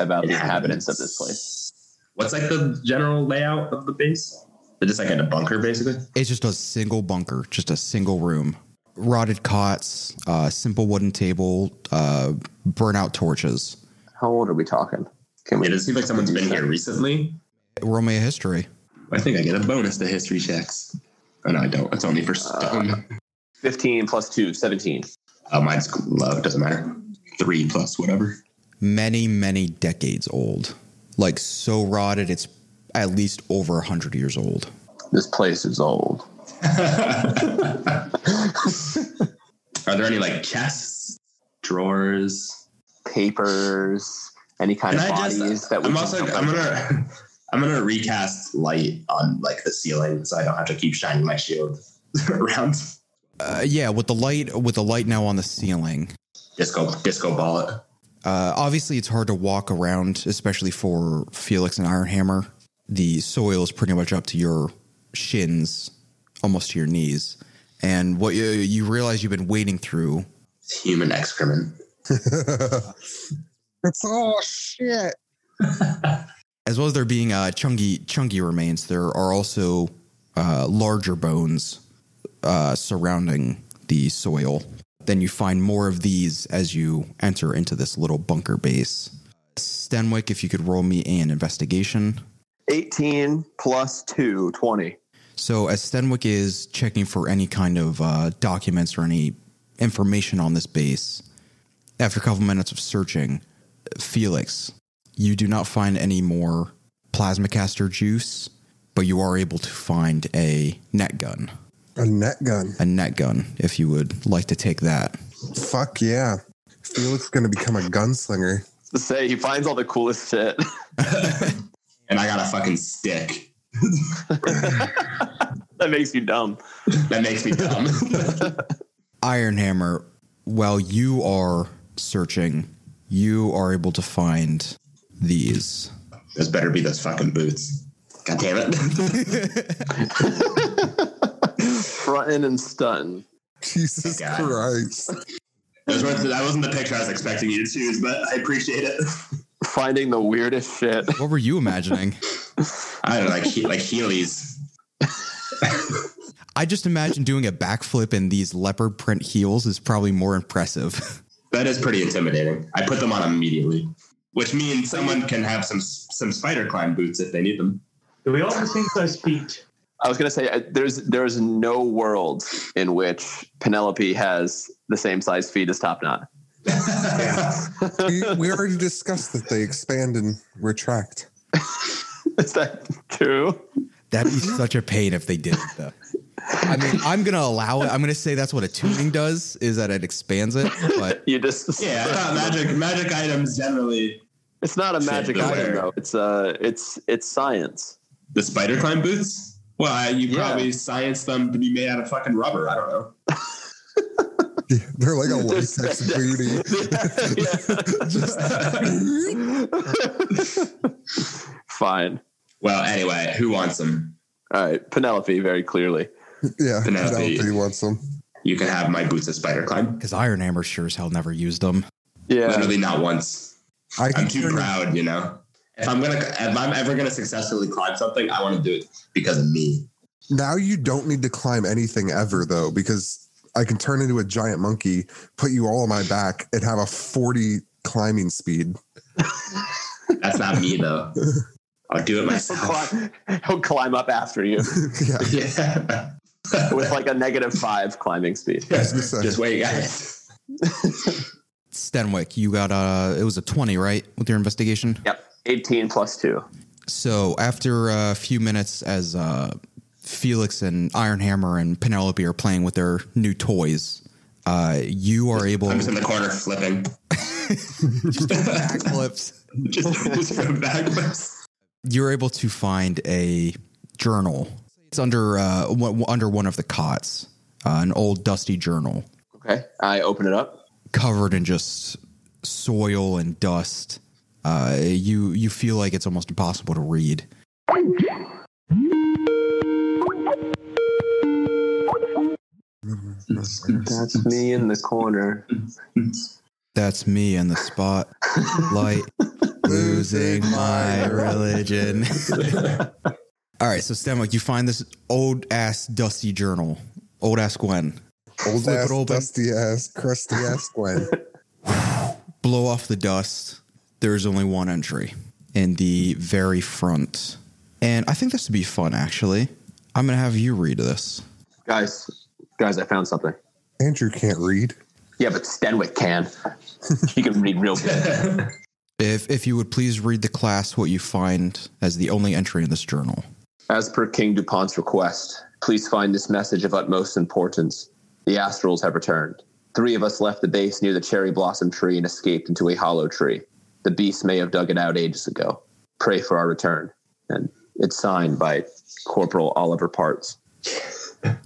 about the inhabitants of this place. What's like the general layout of the base? They're just like in a bunker, basically. It's just a single bunker, just a single room. Rotted cots, uh, simple wooden table, uh, burnout torches. How old are we talking? Can Yeah, does it seem like someone's been here recently? Roll me a history. I think I get a bonus to history checks. Oh, no, I don't. It's only for stone. 15 plus 2, 17. oh, mine's low. Doesn't matter. Three plus <laughs> whatever. many, many decades old. Like so rotted, it's at least over 100 years old. This place is old. Are there any like chests, drawers? Papers, any kind Can of I just- bodies that we I'm can also. come I'm up gonna. I'm gonna recast light on like the ceiling, so I don't have to keep shining my shield <laughs> around. Uh, yeah, with the light with the light now on the ceiling, Disco, disco ball it. Uh, obviously, it's hard to walk around, especially for Felix and Ironhammer. The soil is pretty much up to your shins, almost to your knees. And what you, you realize you've been wading through It's human excrement. it's all shit. as well as there being uh, chunky chunky remains, there are also uh, larger bones uh, surrounding the soil. Then you find more of these as you enter into this little bunker base. Stenwick, if you could roll me an investigation. 18 plus 2, 20. So, as Stenwick is checking for any kind of uh, documents or any information on this base, after a couple minutes of searching, Felix, you do not find any more plasma caster juice, but you are able to find a net gun. A net gun. A net gun, if you would like to take that. Fuck yeah. Felix gonna become a gunslinger. <laughs> To say he finds all the coolest shit. <laughs> And I got a fucking stick. that makes you dumb. That <laughs> makes me dumb. Ironhammer, while you are searching, you are able to find these. Those better be those fucking boots. God damn it. Frontin' and stuntin'. Jesus Yeah. Christ. <laughs> Those weren't, that wasn't the picture I was expecting you to choose, but I appreciate it. Finding the weirdest shit. What were you imagining? I don't know, like, he- like Heelys. I just imagine doing a backflip in these leopard print heels is probably more impressive. <laughs> That is pretty intimidating. I put them on immediately, which means someone can have some some spider climb boots if they need <laughs> them. Do we all have the same size feet? I was gonna say uh, there's there's no world in which Penelope has the same size feet as Top Knot. <laughs> we, we already discussed that they expand and retract. Is that true? That'd be such a pain if they did it though. I mean, I'm gonna allow it. I'm gonna say that's what a tuning does, is that it expands it. But You just Yeah, I thought Uh, magic magic items generally. It's not a Shit, magic they're item rare. though. It's uh it's it's science. The spider climb boots? Well, I- you Yeah. probably science them to be made out of fucking rubber. I don't know. Yeah, they're like a They're latex <laughs> spandex. booty. <laughs> Fine. <laughs> Well, anyway, who wants them? All right, Penelope very clearly. Yeah, Penelope. Penelope wants them. You can have my boots of spider climb. because Iron Hammer sure as hell never used them. Yeah. Literally not once. I I'm can too turn- proud, you know. If I'm gonna, if I'm ever gonna successfully climb something, I want to do it because of me. Now you don't need to climb anything ever though, because I can turn into a giant monkey, put you all on my back, and have a forty climbing speed. <laughs> That's not me though. I'll do it He'll myself. climb, he'll climb up after you yeah, <laughs> yeah. with like a negative five climbing speed. I was gonna say. Just wait, guys. Stenwick, you got uh it was a twenty, right? With your investigation? Yep. 18 plus two. So after a few minutes, as uh, Felix and Ironhammer and Penelope are playing with their new toys, uh, you are able I'm just to in the corner flipping. backflips. <laughs> just, just from backwards. You're able to find a journal. It's under uh, one, under one of the cots, uh, an old dusty journal Okay. I open it up. covered in just soil and dust. Uh, you you feel like it's almost impossible to read. That's me in the corner. That's me in the <laughs> spotlight, losing my <laughs> religion. All right, so Stanwick, you find this old ass dusty journal, old ass Gwen. Old Flip it ass, open. dusty ass, crusty ass Gwen. Blow off the dust. There's only one entry in the very front, and I think this would be fun. Actually, I'm gonna have you read this. Guys, guys, I found something. Andrew can't read. Yeah, but Stenwick can. <laughs> He can read real good. If if you would please read the class what you find as the only entry in this journal. As per King DuPont's request, please find this message of utmost importance. The Astrals have returned. Three of us left the base near the cherry blossom tree and escaped into a hollow tree. The beast may have dug it out ages ago. Pray for our return. And it's signed by Corporal Oliver Parts.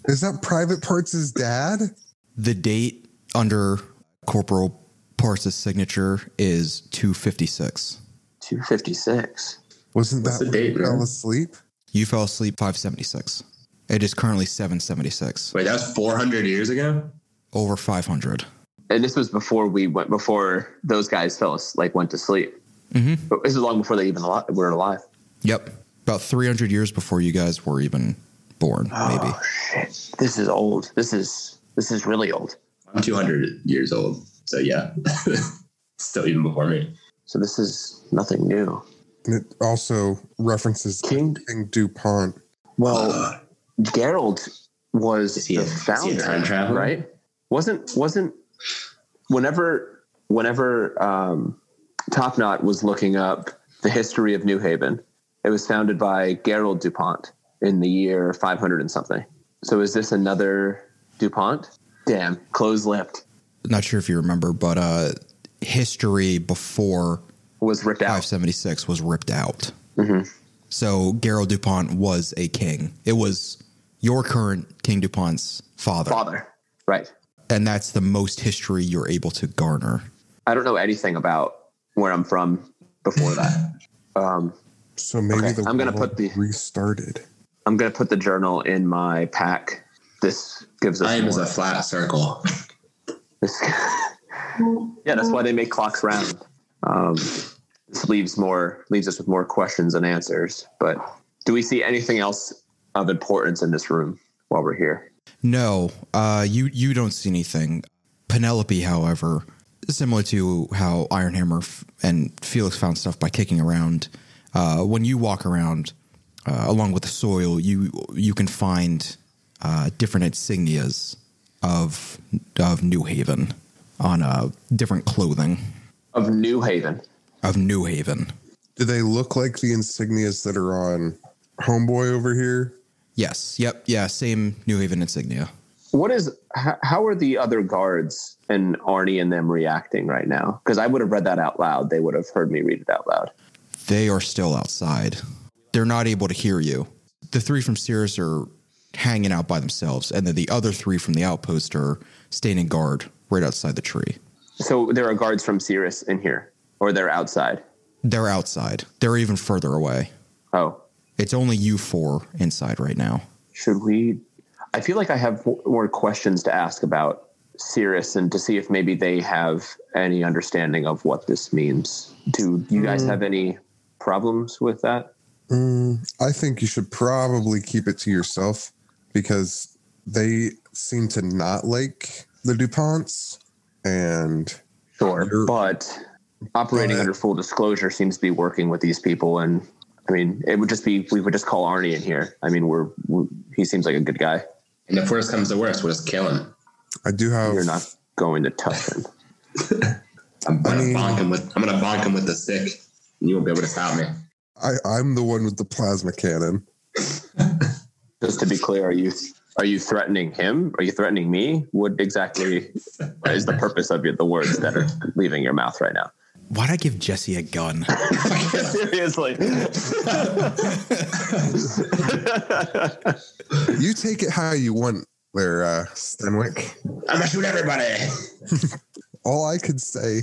Is that Private Parts' dad? the date under Corporal Parsa's signature is 256. 256. Wasn't What's that the when you date, man? fell asleep? You fell asleep 576. It is currently 776, Wait, that was 400 years ago? over 500. And this was before we went, before those guys fell, as- like went to sleep. Mm-hmm. But this is long before they even ali- were alive. Yep. About 300 years before you guys were even born, maybe. Oh, shit. This is old. This is, this is really old. I'm 200 years old. So yeah, <laughs> still even before me. So this is nothing new. And it also references King, King DuPont. well, Uh, Geralt was Is he a- the is he a founder, time traveler? right? Wasn't wasn't whenever whenever um, Top Knot was looking up the history of New Haven, it was founded by Gerald Dupont in the year 500 and something. So is this another Dupont? Damn, close-lipped Not sure if you remember, but uh, history before was ripped out. 576 was ripped out. Mhm. So Gerald DuPont was a king. It was your current King DuPont's father. Father, right? And that's the most history you're able to garner. I don't know anything about where I'm from before that. um, So maybe Okay, the I'm gonna world put the- restarted. I'm gonna put the journal in my pack. This gives us. time is more. a flat circle. This- <laughs> yeah, that's why they make clocks round. Um, this leaves more leaves us with more questions and answers. But do we see anything else of importance in this room while we're here? No, uh, you you don't see anything. Penelope, however, similar to how Ironhammer f- and Felix found stuff by kicking around, uh, when you walk around uh, along with the soil, you you can find uh, different insignias of of New Haven on uh, different clothing Of New Haven, of New Haven. Do they look like the insignias that are on Homeboy over here? Yes, yep, yeah, same New Haven insignia. what is how, how are the other guards and Arnie and them reacting right now? Because I would have read that out loud. They would have heard me read it out loud. They are still outside. They're not able to hear you. The three from Cirrus are hanging out by themselves, and then the other three from the outpost are standing guard right outside the tree. So there are guards from Cirrus in here, or they're outside. They're outside. They're even further away. Oh, It's only you four inside right now. should we i feel like i have w- more questions to ask about cirrus and to see if maybe they have any understanding of what this means do you guys have any problems with that Mm, I think you should probably keep it to yourself because they seem to not like the DuPonts. And sure Sure. but operating But- under full disclosure seems to be working with these people and i mean it would just be we would just call arnie in here i mean we're we, he seems like a good guy And if worst comes to worst, we'll just kill him. I do have. you're not going to touch him I'm gonna I mean- bonk him with I'm gonna bonk him with the stick. And you won't be able to stop me. I, I'm the one with the plasma cannon. just to be clear are you are you threatening him are you threatening me what exactly is the purpose of your, the words that are leaving your mouth right now Why'd I give Jesse a gun? seriously You take it how you want, there, uh, Stenwick. I'm gonna shoot everybody. All I could say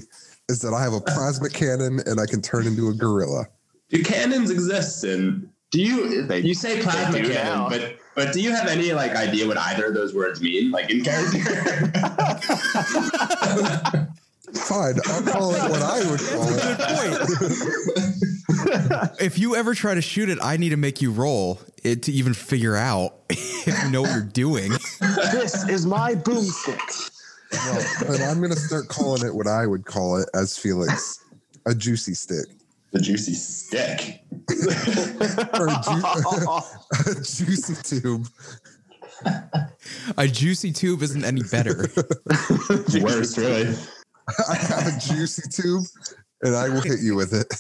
is that I have a plasma cannon and I can turn into a gorilla. Do cannons exist? And do you They- you say plasma do cannon? now. But but do you have any like idea what either of those words mean? Like in character? Fine, I'll call it what I would call it. <laughs> if you ever try to shoot it, I need to make you roll it to even figure out <laughs> if you know what you're doing. this is my boomstick But I'm gonna start calling it what I would call it as Felix, a juicy stick the juicy stick. or a, ju- <laughs> a juicy tube. A juicy tube isn't any better. Worst, really. I have a juicy tube, and I will hit you with it.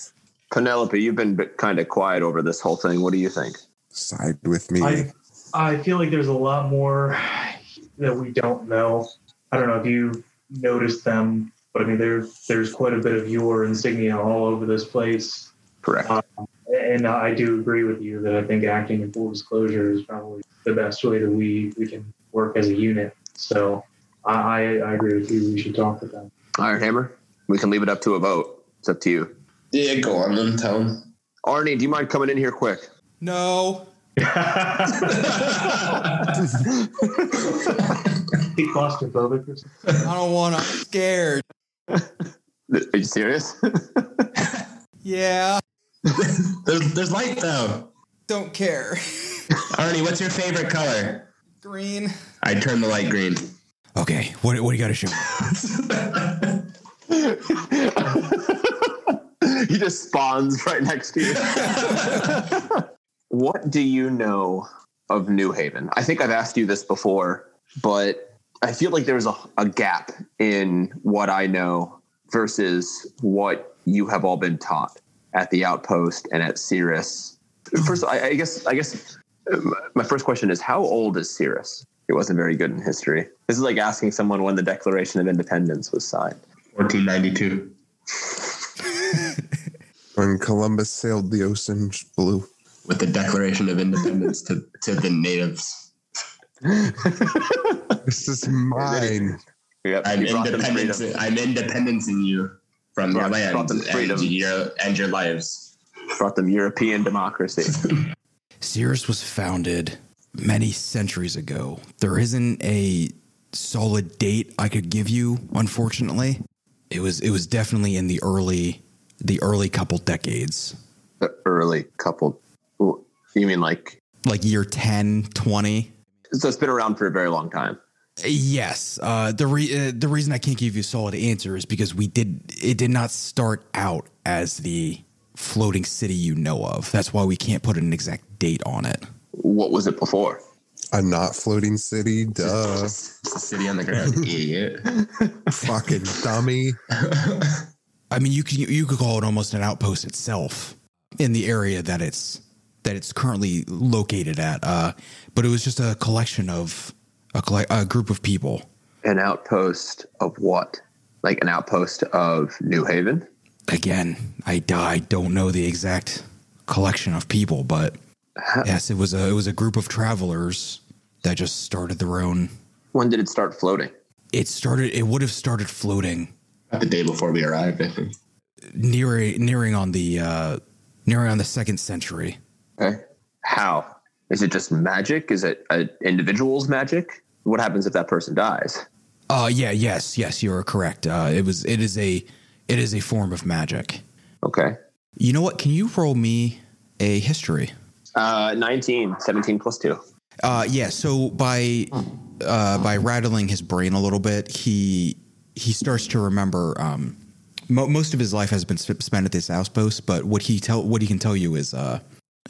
penelope you've been kind of quiet over this whole thing what do you think Side with me. I, I feel like there's a lot more that we don't know. I don't know if you noticed them, but I mean, there, there's quite a bit of your insignia all over this place. correct And I do agree with you that I think acting in full disclosure is probably the best way that we, we can work as a unit. So I, I, I agree with you. We should talk with them. iron hammer We can leave it up to a vote. It's up to you. Yeah, go on then, tell him. Arnie, do you mind coming in here <laughs> quick? No. Be claustrophobic or something. I don't want to. I'm scared. Th- Are you serious? Yeah. there's, there's light though. Don't care. Arnie, what's your favorite color? Green. I turn the light green. Okay. What, what do you got to show? <laughs> he just spawns right next to you. <laughs> what do you know of New Haven? I think I've asked you this before, but I feel like there's a, a gap in what I know versus what you have all been taught at the outpost and at Cirrus. First, I, I guess, I guess uh, my- my first question is how old is Cirrus? It wasn't very good in history. This is like asking someone when the Declaration of Independence was signed. 1492. When Columbus sailed the ocean blue. With the Declaration of Independence to, to the natives. This is mine. Yep. I'm you brought them independent. freedom. I'm independent in you from your Brought- brought land them and freedom. your, and your lives. brought them European democracy. Sears was founded many centuries ago. There isn't a solid date I could give you, unfortunately. It was it was definitely in the early the early couple decades. the early couple. You mean like Like year 10, 20. so? It's been around for a very long time. Yes. Uh, the re- uh, the reason I can't give you a solid answer is because we did it did not start out as the floating city you know of. That's why we can't put an exact date on it. What was it before? A not floating city. Duh. It's a city on the ground. Idiot. Fucking dummy. I mean, you can you could call it almost an outpost itself in the area that it's that it's currently located at. Uh, but it was just a collection of a, colle- a group of people. An outpost of what? Like an outpost of New Haven? Again, I, d- I don't know the exact collection of people, but How, yes, it was a it was a group of travelers that just started their own. When did it start floating? It started. It would have started floating the day before we arrived, I think. nearing nearing on the uh, nearing on the second century. Okay. How? Is it just magic? Is it an individual's magic? What happens if that person dies? Uh yeah, yes, yes, you are correct. Uh it was it is a it is a form of magic. Okay. You know what? Can you roll me a history? Uh, 19, 17 plus 2. Uh yeah, so by uh by rattling his brain a little bit, he he starts to remember um mo- most of his life has been sp- spent at this outpost, but what he tell what he can tell you is uh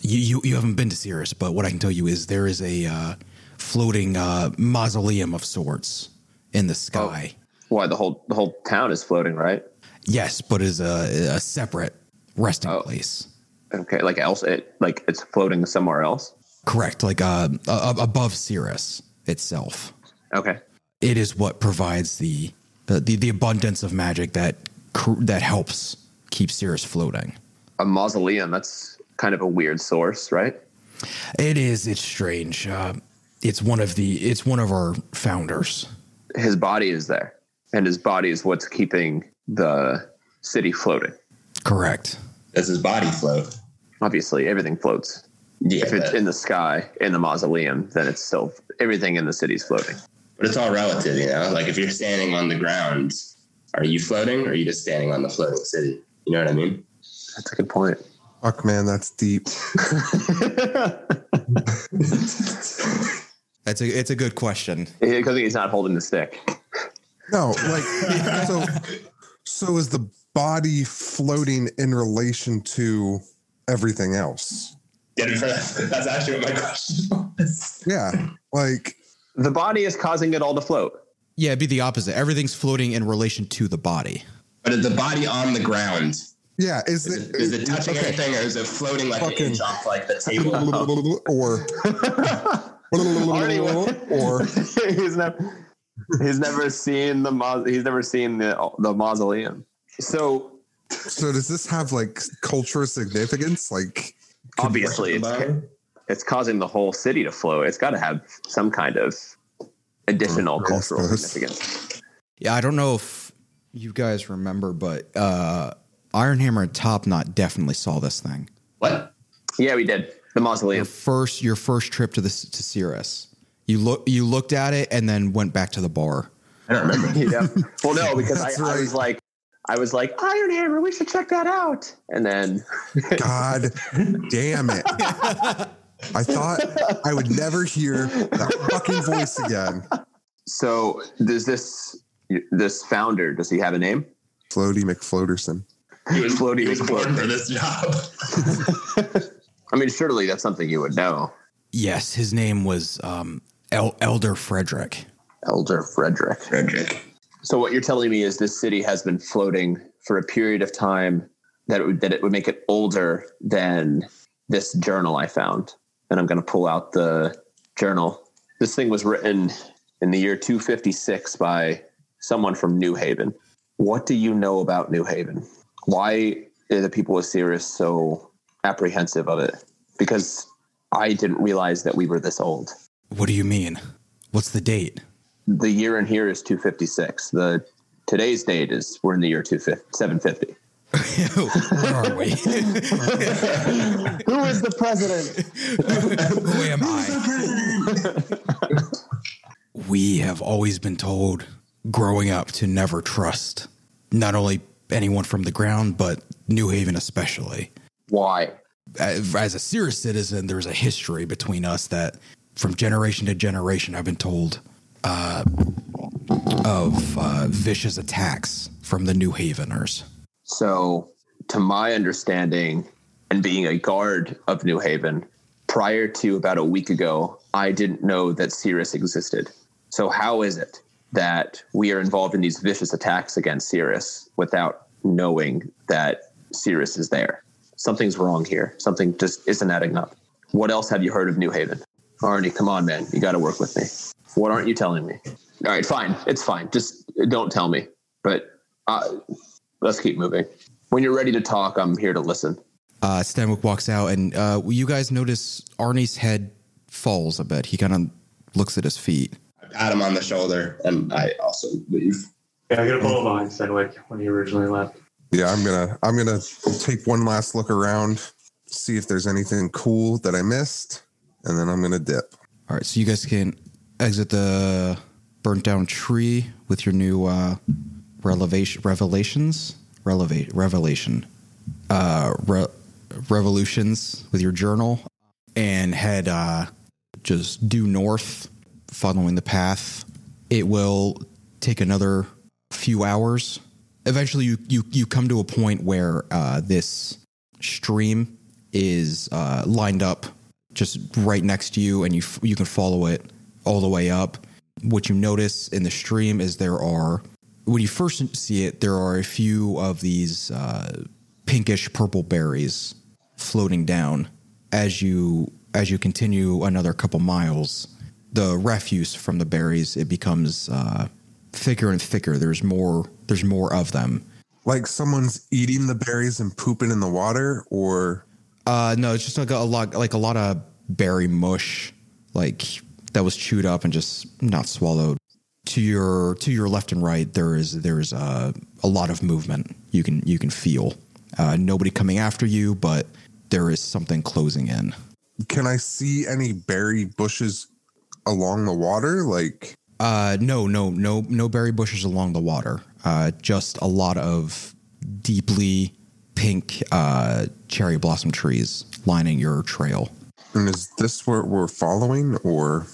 you you, you haven't been to Cirrus, but what I can tell you is there is a uh floating uh mausoleum of sorts in the sky. Why the whole the whole town is floating, right? Yes, but is a, a separate resting Oh. place. Okay, like else it like it's floating somewhere else. Correct, like uh, a- a- above Cirrus itself. Okay. It is what provides the the, the, the abundance of magic that cr- that helps keep Cirrus floating. a mausoleum. That's kind of a weird source, right? It is. It's strange. Uh, it's one of the. It's one of our founders. His body is there, and his body is what's keeping the city floating. Correct. Does his body float? Obviously, everything floats. Yeah, If it's but, in the sky in the mausoleum, then it's still everything in the city's floating. but it's all relative, you know? Like if you're standing on the ground, are you floating or are you just standing on the floating city? You know what I mean? That's a good point. Fuck, man, that's deep. That's a. It's a good question. Because he's not holding the stick. No, like so. So is the body floating in relation to everything else? Jennifer, <laughs> that's actually what my question was. Yeah, like The body is causing it all to float. <laughs> Yeah, it'd be the opposite. Everything's floating in relation to the body. But is the body on the ground? yeah, is Is it, it is it touching okay. anything or is it floating like an Fucking- inch off like the <laughs> table? <laughs> or or he's never he's never seen the maus- he's never seen the the mausoleum. So so does this have like cultural significance? Like obviously it's, it's causing the whole city to flow it's got to have some kind Oh, of additional Yes, cultural yes. significance Yeah, I don't know if you guys remember, but uh, Ironhammer and Top Knot definitely saw this thing. What? Yeah, we did. The Your mausoleum. first, your first trip to the to Cirrus. You look, you looked at it, and then went back to the bar. I don't remember. <laughs> yeah. <laughs> Well, no, because I, That's I was like, I was like, Iron Hammer, we should check that out. And then God damn it. I thought I would never hear that fucking voice again. So does this this founder? Does he have a name? Floaty McFloaterson. He was, Floaty he was born McFloaty. for this job. I mean, surely that's something you would know, Yes, his name was um, El- Elder Frederick. Elder Frederick. Frederick. So what you're telling me is this city has been floating for a period of time that it would, that it would make it older than this journal I found. And I'm going to pull out the journal. This thing was written in the year 256 by someone from New Haven. What do you know about New Haven? Why are the people of Sirius so apprehensive of it? Because I didn't realize that we were this old What do you mean? What's the <laughs> date? the year in here is 256 the today's date is we're in the year 250 750 Where are we? <laughs> who is the president Who am I? we have always been told growing up to never trust not only anyone from the ground, but New Haven especially. why uh, As a serious citizen, there's a history between us that from generation to generation, I've been told uh, of uh, vicious attacks from the New Haveners. so to my understanding and being a guard of new haven prior to about a week ago i didn't know that sirius existed so how is it that we are involved in these vicious attacks against sirius without knowing that sirius is there something's wrong here something just isn't adding up what else have you heard of new haven arnie come on man you got to work with me what aren't you telling me all right fine it's fine just don't tell me but uh, let's keep moving. When you're ready to talk, I'm here to listen. Uh, Stanwick walks out, and uh, you guys notice Arnie's head falls a bit. He kind of looks at his feet. I pat him on the shoulder, and I also leave. Yeah, I'm gonna follow behind Sedgwick when he originally left. Yeah, I'm gonna I'm gonna take one last look around, see if there's anything cool that I missed, and then I'm gonna dip. All right, so you guys can exit the burnt down tree with your new uh, revelation, revelations, Releva- revelation, uh, re- revolutions with your journal, and head uh, just due north, following the path. It will take another few hours. Eventually, you you you come to a point where uh, this stream is uh, lined up just right next to you, and you f- you can follow it all the way up. What you notice in the stream is there are when you first see it, there are a few of these uh, pinkish purple berries floating down as you as you continue another couple miles. The refuse from the berries it becomes uh, thicker and thicker. There's more. There's more of them. Like someone's eating the berries and pooping in the water, or Uh, no, it's just like a lot, like a lot of berry mush, like that was chewed up and just not swallowed. To your to your left and right, there is there is a a lot of movement. You can you can feel uh, nobody coming after you, but there is something closing in. can I see any berry bushes along the water? Like Uh, no, no, no, no berry bushes along the water. Uh, just a lot of deeply pink uh, cherry blossom trees lining your trail. and is this where we're following or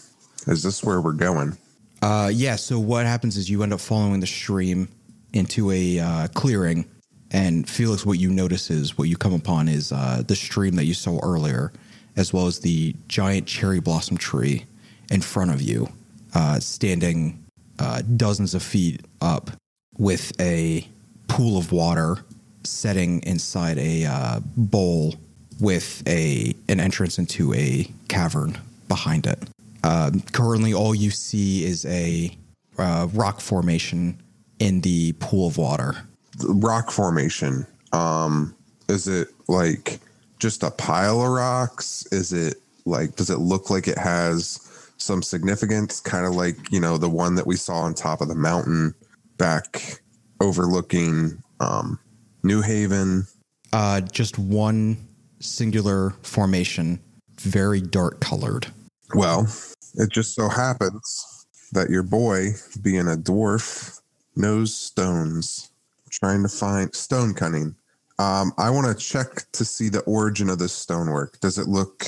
is this where we're going? Uh, yeah. So what happens is you end up following the stream into a uh, clearing, and Felix, what you notice is what you come upon is uh, the stream that you saw earlier, as well as the giant cherry blossom tree in front of you, uh, standing uh, dozens of feet up, with a pool of water setting inside a uh, bowl with a an entrance into a cavern behind it. Uh, currently, all you see is a uh, rock formation in the pool of water. The rock formation. Um is it like just a pile of rocks? Is it like does it look like it has some significance kind of like, you know, the one that we saw on top of the mountain back overlooking um, New Haven. Uh, just one singular formation, very dark colored. Well, it just so happens that your boy, being a dwarf, knows stones, trying to find stone cunning. Um, I want to check to see the origin of this stonework. Does it look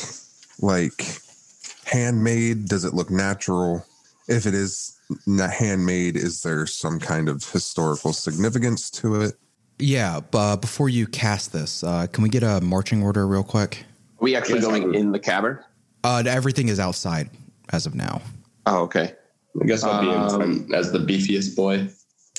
like handmade? Does it look natural? If it is na- handmade, is there some kind of historical significance to it? Yeah, b- uh, before you cast this, uh, can we get a marching order real quick? Are we actually Yes, I going would. in the cavern? Uh, everything is outside as of now. Oh, okay. I guess I'll be in Um, front as the beefiest boy.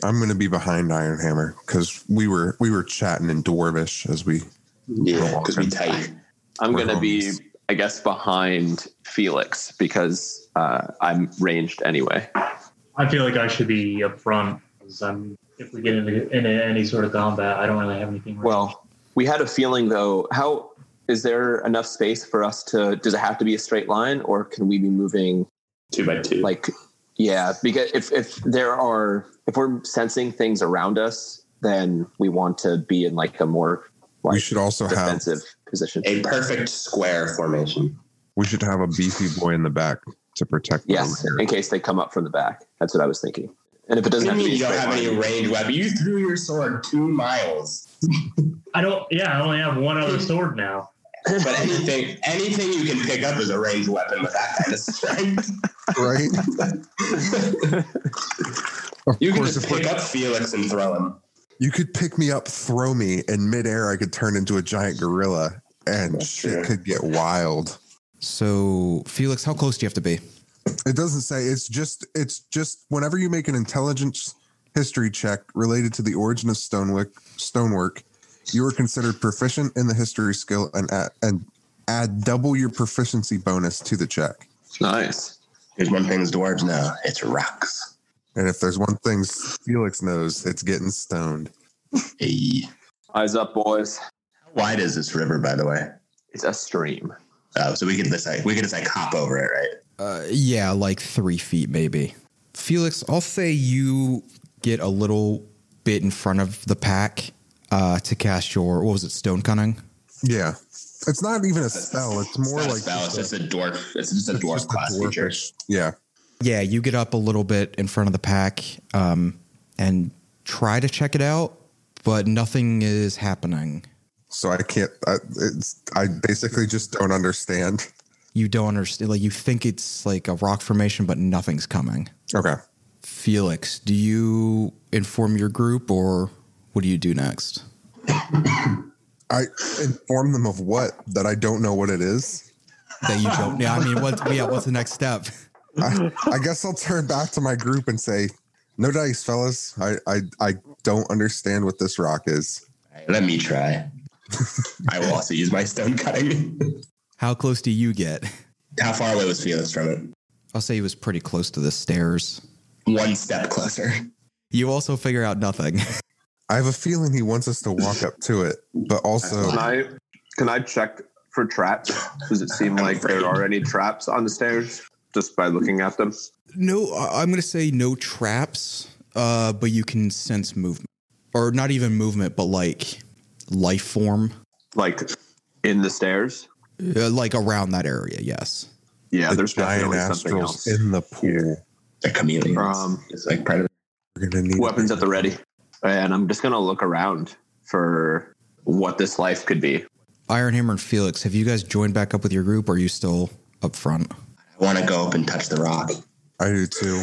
I'm going to be behind Iron Hammer because we were we were chatting in dwarvish as we <laughs> Yeah, because we tight. I'm We're going to be, homies. I guess, behind Felix because uh, I'm ranged anyway. I feel like I should be up front because I'm. If we get into, into any sort of combat, I don't really have anything. Well, we had a feeling though. How is there enough space for us to? Does it have to be a straight line, or can we be moving Two by two. like? Yeah, because if if there are if we're sensing things around us, then we want to be in like a more we like should also have defensive position. a perfect square formation. we should have a beefy boy in the back to protect. the Yes, rear. <laughs> in case they come up from the back. That's what I was thinking. And if it doesn't What have do to you be mean a you don't straight have line- any range weapon? You threw your sword two miles. I don't. Yeah, I only have one other sword now. But anything <laughs> anything you can pick up is a ranged weapon with that kind of strength. right. <laughs> Of You can course, just if we're- pick up Felix and throw him. you could pick me up, throw me in midair. I could turn into a giant gorilla, and That's shit true. could get wild. So, Felix, how close do you have to be? It doesn't say. It's just. It's just. Whenever you make an intelligence history check related to the origin of stonework, stonework, you are considered proficient in the history skill and add, and add double your proficiency bonus to the check. Nice. There's one thing dwarves know. It's rocks. And if there's one thing Felix knows, it's getting stoned. Hey. Eyes up, boys. How wide is this river, by the way? It's a stream. Oh, so we could just like we could just like hop over it, right? Uh, yeah, like three feet maybe. Felix, I'll say you get a little bit in front of the pack uh, to cast your what was it, stone cunning? Yeah. It's not even a spell. It's more it's not like a spell. It's just just a dwarf. It's just a <laughs> it's dwarf just a class feature. dwarfish- Yeah. Yeah, you get up a little bit in front of the pack um, and try to check it out, but nothing is happening. So I can't. I, it's, I basically just don't understand. You don't understand. Like you think it's like a rock formation, but nothing's coming. Okay. Felix, do you inform your group, or what do you do next? I inform them of what that I don't know what it is. That you don't. Yeah, I mean, what? Yeah, what's the next step? I, <laughs> I guess I'll turn back to my group and say, "No dice, fellas. I I, I don't understand what this rock is." Alright, let me <laughs> try. I will also use my stone cutting. How close do you get? How far away was Felix from it? I'll say he was pretty close to the stairs. One step closer. You also figure out nothing. <laughs> I have a feeling he wants us to walk up to it, but also Can I can I check for traps? Does it seem like there are any traps on the stairs just by looking at them? No, I- I'm going to say no traps, uh, but you can sense movement. Or not even movement, but like life form, Like in the stairs? uh, like around that area, yes. Yeah, the there's giant definitely something else. astrals in the pool. The chameleon. Um, it's like part of We're gonna need Weapons at the ready. And I'm just gonna look around for what this life could be. Ironhammer and Felix, have you guys joined back up with your group? Or are you still up front? I want to go up and touch the rock. I do too.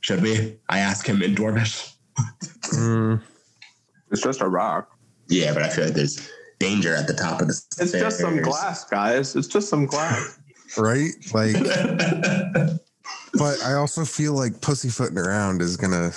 Should we? I ask him in Dwarvish. Mm, It's just a rock. Yeah, but I feel like there's danger at the top of the It's just some glass, guys. It's just some glass. right? Like. glass. But I also feel like pussyfooting around is gonna. um,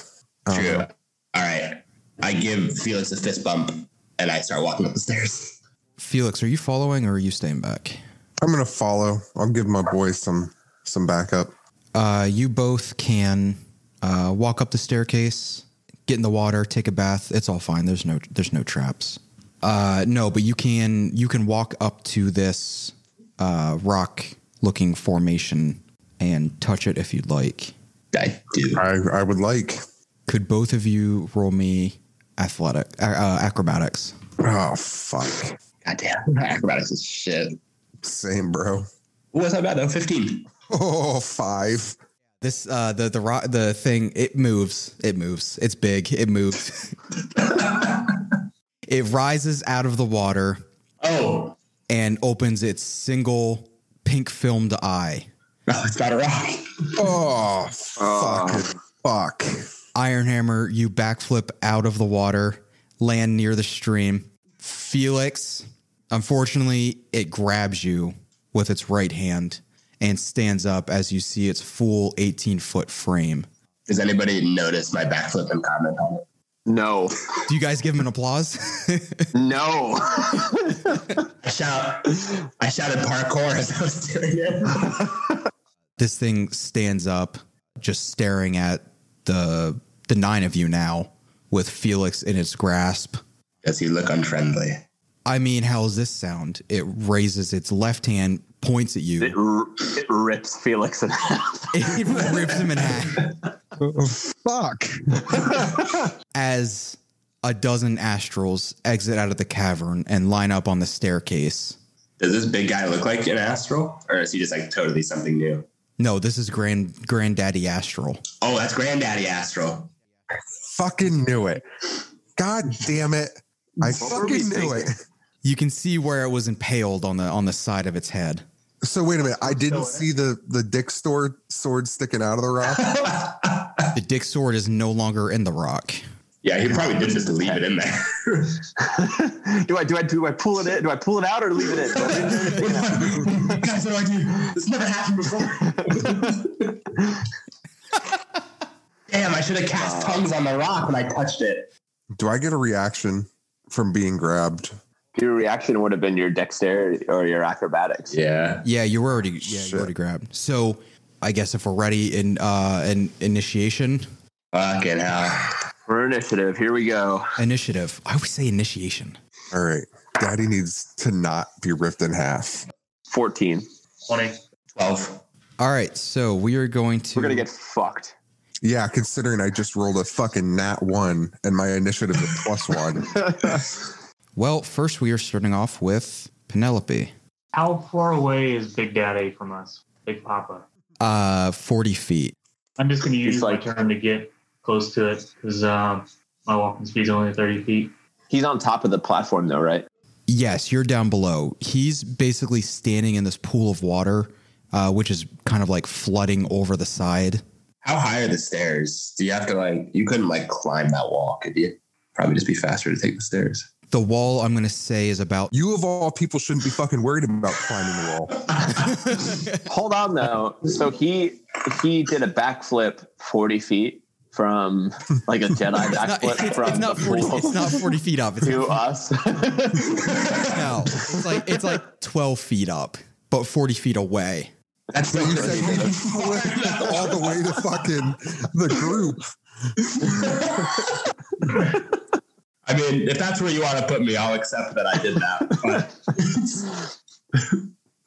I don't True. know. All right. I give Felix a fist bump and I start walking up the stairs. Felix, are you following or are you staying back? I'm gonna follow. I'll give my boy some some backup. Uh, you both can uh, walk up the staircase, get in the water, take a bath. It's all fine. There's no there's no traps. Uh, no, but you can you can walk up to this uh, rock looking formation and touch it if you'd like. I do. I I would like. Could both of you roll me athletic uh, uh, acrobatics? Oh fuck. Goddamn, my <laughs> acrobatics is shit. Same, bro. What's that bad though? Fifteen. Oh, five. This uh, the the ro- the thing it moves. It moves. It's big. It moves. it rises out of the water Oh, and opens its single pink filmed eye. oh, it's got a rock. Oh, Ah. fuck. fuck. Ironhammer, you backflip out of the water, land near the stream. Felix, unfortunately, it grabs you with its right hand and stands up as you see its full 18 foot frame. Does anybody notice my backflip and comment on it? <laughs> No, Do you guys give him an applause? <laughs> no. <laughs> I shout, I shouted parkour as I was doing it. <laughs> this thing stands up, just staring at the the nine of you now with Felix in its grasp. Does he look unfriendly? I mean, how does this sound? It raises its left hand, points at you. it, r- it rips Felix in half. <laughs> it rips him in half Oh, fuck. as a dozen astrals exit out of the cavern and line up on the staircase. Does this big guy look like an astral, or is he just like totally something new? No, this is grand granddaddy astral. Oh, that's Granddaddy Astral. Fucking knew it. God damn it. I What were we fucking knew it. thinking? You can see where it was impaled on the on the side of its head. So wait a minute. I didn't Still in see the the dick sword sword sticking out of the rock. The dick sword is no longer in the rock. Yeah, he probably did just leave it in there. <laughs> <laughs> do I do I do I pull it in? Do I pull it out or leave it in? Do I leave it in? Guys, what do I do? This never happened before. <laughs> Damn, I should have cast tongues on the rock when I touched it. Do I get a reaction from being grabbed? <laughs> Your reaction would have been your dexterity or your acrobatics. Yeah. Yeah, you were already yeah, you Shit. already grabbed. So I guess if we're ready in uh an initiation. Fucking hell. For initiative, here we go. Initiative. I always say initiation. All right. Daddy needs to not be ripped in half. 14. 20. 12. All right, so we are going to We're gonna get fucked. Yeah, considering I just rolled a fucking nat one and my initiative is plus one. Well, first we are starting off with Penelope. How far away is Big Daddy from us? Big Papa. Uh 40 feet. I'm just going to use He's like- my turn to get close to it because um, my walking speed's only 30 feet. He's on top of the platform though, right? Yes, you're down below. He's basically standing in this pool of water, uh, which is kind of like flooding over the side. How high are the stairs? Do you have to like, you couldn't like climb that wall, could you? Probably just be faster to take the stairs. The wall, I'm going to say, is about. You of all people shouldn't be fucking worried about climbing the wall. Hold on though. So he he did a backflip 40 feet from like a Jedi Not- <laughs> backflip it's, from it's not the 40, pool it's not 40 feet up. It's <laughs> to not, us. <laughs> no, it's like, it's like 12 feet up, but 40 feet away. That's You said you flipped all the way to fucking the group. I mean, if that's where you want to put me, I'll accept that I did that. But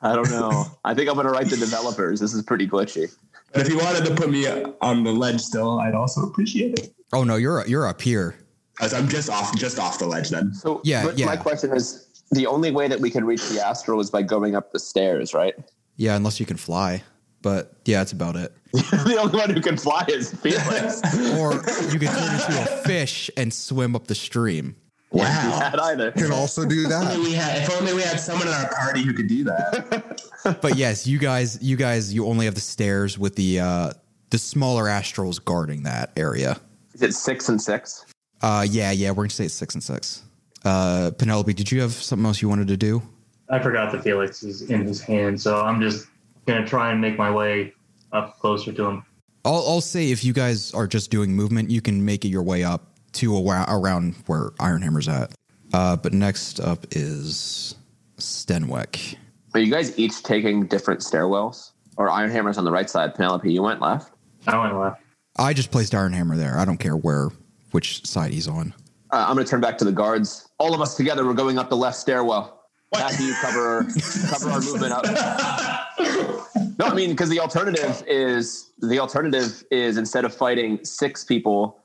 I don't know. I think I'm gonna write the developers. This is pretty glitchy. but if you wanted to put me on the ledge still, I'd also appreciate it. Oh no, you're you're up here. As I'm just off, just off the ledge <laughs> then. So Yeah, but yeah. my question is the only way that we could reach the astral is by going up the stairs, right? <laughs> Yeah, unless you can fly. But yeah, that's about it. the only one who can fly <laughs> is Felix. Or you can turn into a fish and swim up the stream. Wow. That either. Can also do If that. only we had, if only we had someone in our party who could do that. But yes, you guys, you guys, you only have the stairs with the uh, the smaller astrals guarding that area. Is it six and six? Uh, yeah, yeah, we're gonna say it's six and six. Uh, Penelope, did you have something else you wanted to do? I forgot that Felix is in his hand, so I'm just going to try and make my way up closer to him. I'll, I'll say if you guys are just doing movement, you can make it your way up to awa- around where Ironhammer's at. Uh, but next up is Stenwick. Are you guys each taking different stairwells? Or Ironhammer's on the right side. Penelope, you went left. I went left. I just placed Ironhammer there. I don't care where, which side he's on. Uh, I'm going to turn back to the guards. All of us together, we're going up the left stairwell. Matthew, you cover cover our movement up. No, I mean because the alternative is the alternative is instead of fighting six people,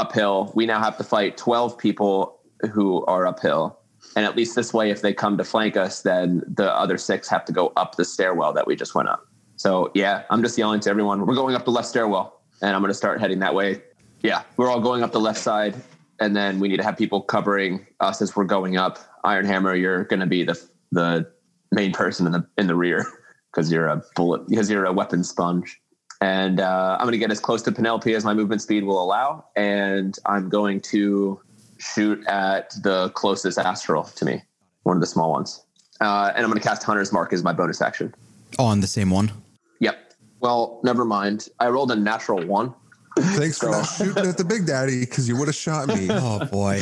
uphill. We now have to fight 12 people who are uphill. And at least this way, if they come to flank us, then the other six have to go up the stairwell that we just went up. So, yeah, I'm just yelling to everyone, we're going up the left stairwell. And I'm going to start heading that way. Yeah, we're all going up the left side. And then we need to have people covering us as we're going up. Iron Hammer, you're going to be the, the main person in the, in the rear because you're a bullet, because you're a weapon sponge and uh, I'm going to get as close to Penelope as my movement speed will allow, and I'm going to shoot at the closest astral to me, one of the small ones, uh, and I'm going to cast Hunter's Mark as my bonus action. On the same one. Yep. Well, never mind. I rolled a natural one. Thanks for not shooting at the big daddy because you would have shot me. Oh boy.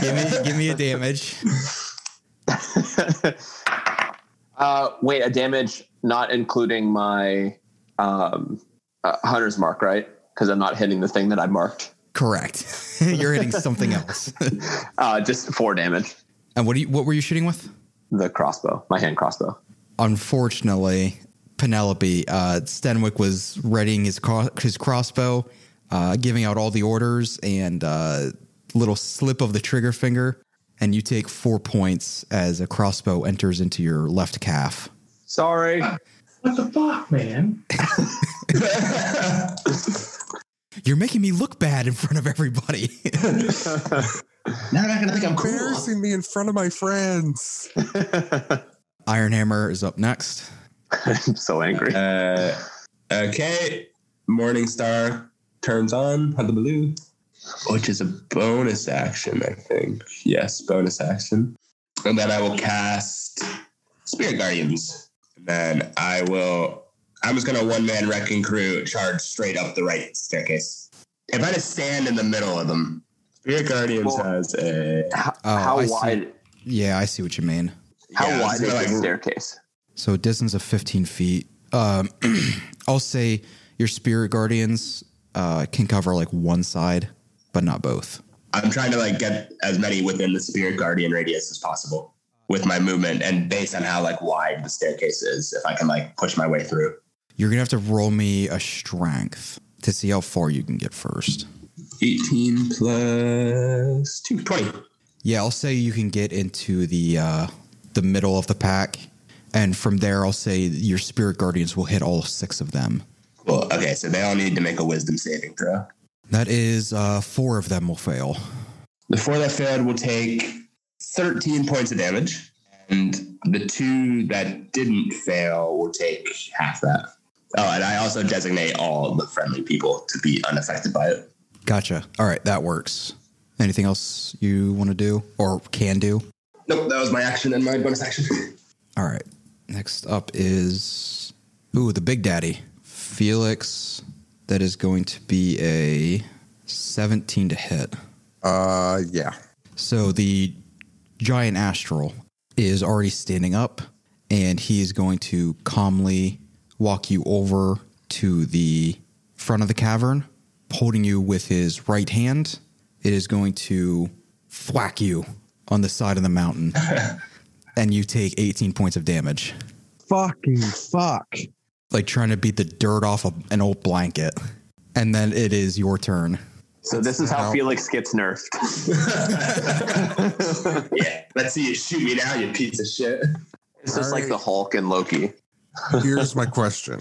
give me give me a damage. <laughs> uh, wait, a damage not including my um, uh, hunter's mark, right? Because I'm not hitting the thing that I marked. Correct. <laughs> You're hitting something else. <laughs> Uh, just four damage. and what do you, what were you shooting with? The crossbow, my hand crossbow. Unfortunately, Penelope uh, Stenwick was readying his cro- his crossbow, uh, giving out all the orders, and uh, little slip of the trigger finger, and you take four points as a crossbow enters into your left calf. Sorry. What the fuck, man? You're making me look bad in front of everybody. <laughs> <laughs> Now they're not gonna think I'm cool. Embarrassing me in front of my friends. Ironhammer is up next. I'm <laughs> so angry. Uh, okay, Morning Star turns on on the blue, which is a bonus action, I think. Yes, bonus action. And then I will cast Spirit Guardians. And then I will. I'm just gonna one man wrecking crew charge straight up the right staircase. If I just stand in the middle of them, Spirit Guardians Well- has a How, Oh, how I see. wide? Yeah, I see what you mean. How Yeah, wide it's is like- the staircase? So a distance of 15 feet. Um, <clears throat> I'll say your spirit guardians uh, can cover like one side, but not both. I'm trying to like get as many within the spirit guardian radius as possible with my movement and based on how like wide the staircase is, if I can like push my way through. You're gonna have to roll me a strength to see how far you can get first. 18 plus 2, 20. Yeah, I'll say you can get into the uh, the middle of the pack, and from there, I'll say your spirit guardians will hit all six of them. Cool. Okay, so they all need to make a wisdom saving throw. That is uh, four of them will fail. The four that failed will take 13 points of damage, and the two that didn't fail will take half that. Oh, and I also designate all the friendly people to be unaffected by it. Gotcha. All right, that works. Anything else you want to do or can do? Nope, that was my action and my bonus action. <laughs> All right. Next up is ooh the Big Daddy Felix. That is going to be a seventeen to hit. Uh, yeah. So the giant astral is already standing up, and he is going to calmly walk you over to the front of the cavern, holding you with his right hand. It is going to thwack you on the side of the mountain, and you take 18 points of damage, Fucking fuck. like trying to beat the dirt off of an old blanket. And then it is your turn. So this is how Wow. Felix gets nerfed. <laughs> yeah, let's see you shoot me now, you piece of shit. <laughs> It's just like Alright. the Hulk and Loki. Here's my question: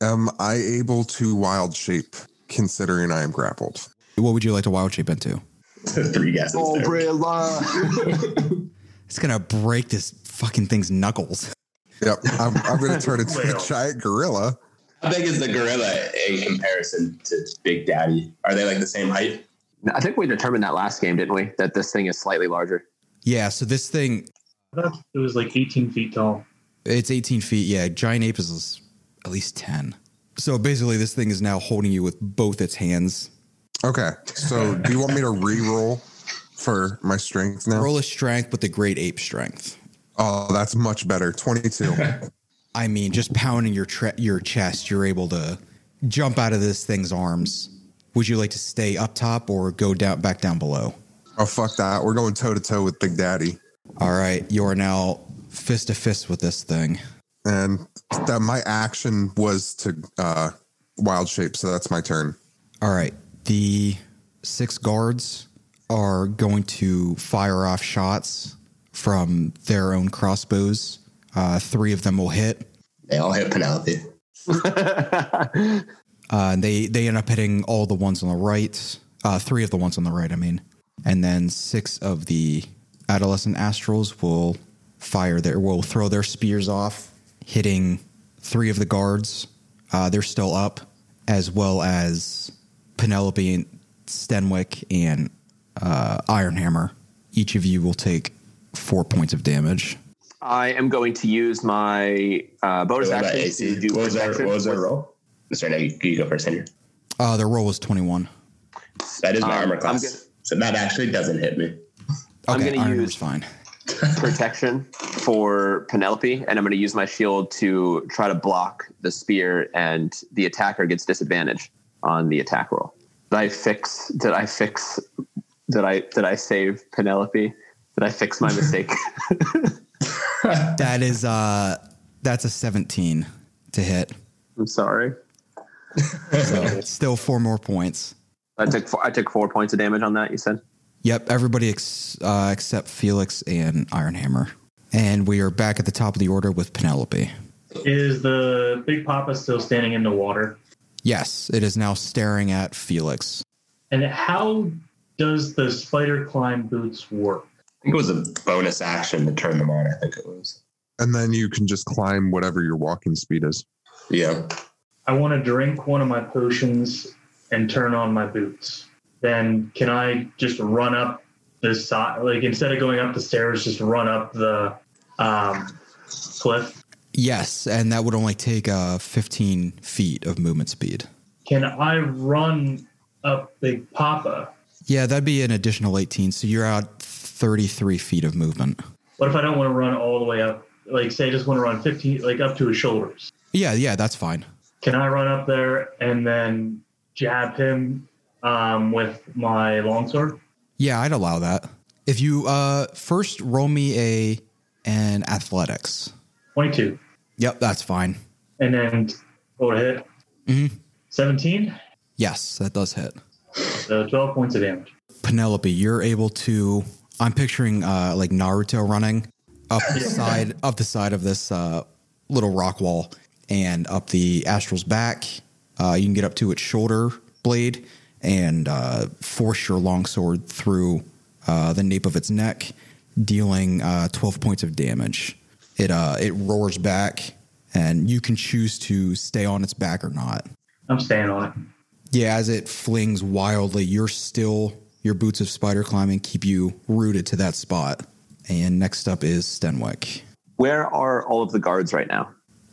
Am I able to wild shape considering I am grappled? What would you like to wild shape into? Three guesses. there. It's gonna break this fucking thing's knuckles. Yep, I'm, I'm going to turn into Well. a giant gorilla. How big is the gorilla in comparison to Big Daddy? Are they like the same height? I think we determined that last game, didn't we? That this thing is slightly larger. Yeah, so this thing, I thought it was like 18 feet tall. it's 18 feet. Yeah, giant ape is at least 10. So basically, this thing is now holding you with both its hands. Okay, so do you want me to re-roll for my strength now? Roll a strength with the great ape strength. Oh, that's much better. Twenty-two. I mean, just pounding your tre- your chest, you're able to jump out of this thing's arms. Would you like to stay up top or go down back down below? oh fuck that! We're going toe to toe with Big Daddy, All right, you are now fist to fist with this thing. and that my action was to uh, wild shape, so that's my turn. All right, the six guards are going to fire off shots from their own crossbows. Uh, three of them will hit. They all hit Penelope. Uh, and they, they end up hitting all the ones on the right, uh, three of the ones on the right, I mean. And then six of the adolescent astrals will fire their, will throw their spears off, hitting three of the guards. Uh, they're still up, as well as Penelope and Stenwick and uh, Ironhammer. Each of you will take four points of damage. I am going to use my uh, bonus What about action AC? to do What was our, protection. what was our roll? Sorry, now you, you go first, Andrew. Uh, their roll was 21. That is my Um, armor I'm class. gonna- so that actually doesn't hit me. I'm Okay, gonna Ironhammer's use- fine. protection for Penelope, and I'm going to use my shield to try to block the spear, and the attacker gets disadvantage on the attack roll. Did I fix? Did I fix? Did I did I save Penelope? Did I fix my mistake? <laughs> That is uh that's a 17 to hit. I'm sorry. So still four more points. I took four, I took four points of damage on that. You said Yep, everybody ex- uh, except Felix and Ironhammer. And we are back at the top of the order with Penelope. Is the Big Papa still standing in the water? Yes, it is now staring at Felix. And how does the spider climb boots work? I think it was a bonus action to turn them on. I think it was. And then you can just climb whatever your walking speed is. Yeah. I want to drink one of my potions and turn on my boots. Then can I just run up the side? Like instead of going up the stairs, just run up the um, cliff. Yes, and that would only take uh 15 feet of movement speed. Can I run up Big Papa? Yeah, that'd be an additional 18, so you're out 33 feet of movement. What if I don't want to run all the way up? Like say I just want to run 15, like up to his shoulders. Yeah, yeah, that's fine. Can I run up there and then jab him um, with my longsword? Yeah, I'd allow that. If you uh first roll me a an athletics. 22. Yep, that's fine. And then what would it hit? Mhm. 17. Yes, that does hit. So 12 points of damage. Penelope, you're able to. I'm picturing uh, like Naruto running up the side up the side of this uh, little rock wall and up the astral's back. Uh, you can get up to its shoulder blade and uh, force your longsword through uh, the nape of its neck, dealing uh, 12 points of damage. It uh, it roars back, and you can choose to stay on its back or not. I'm staying on it. Yeah, as it flings wildly, you're still your boots of spider climbing keep you rooted to that spot. And next up is Stenwick where are all of the guards right now?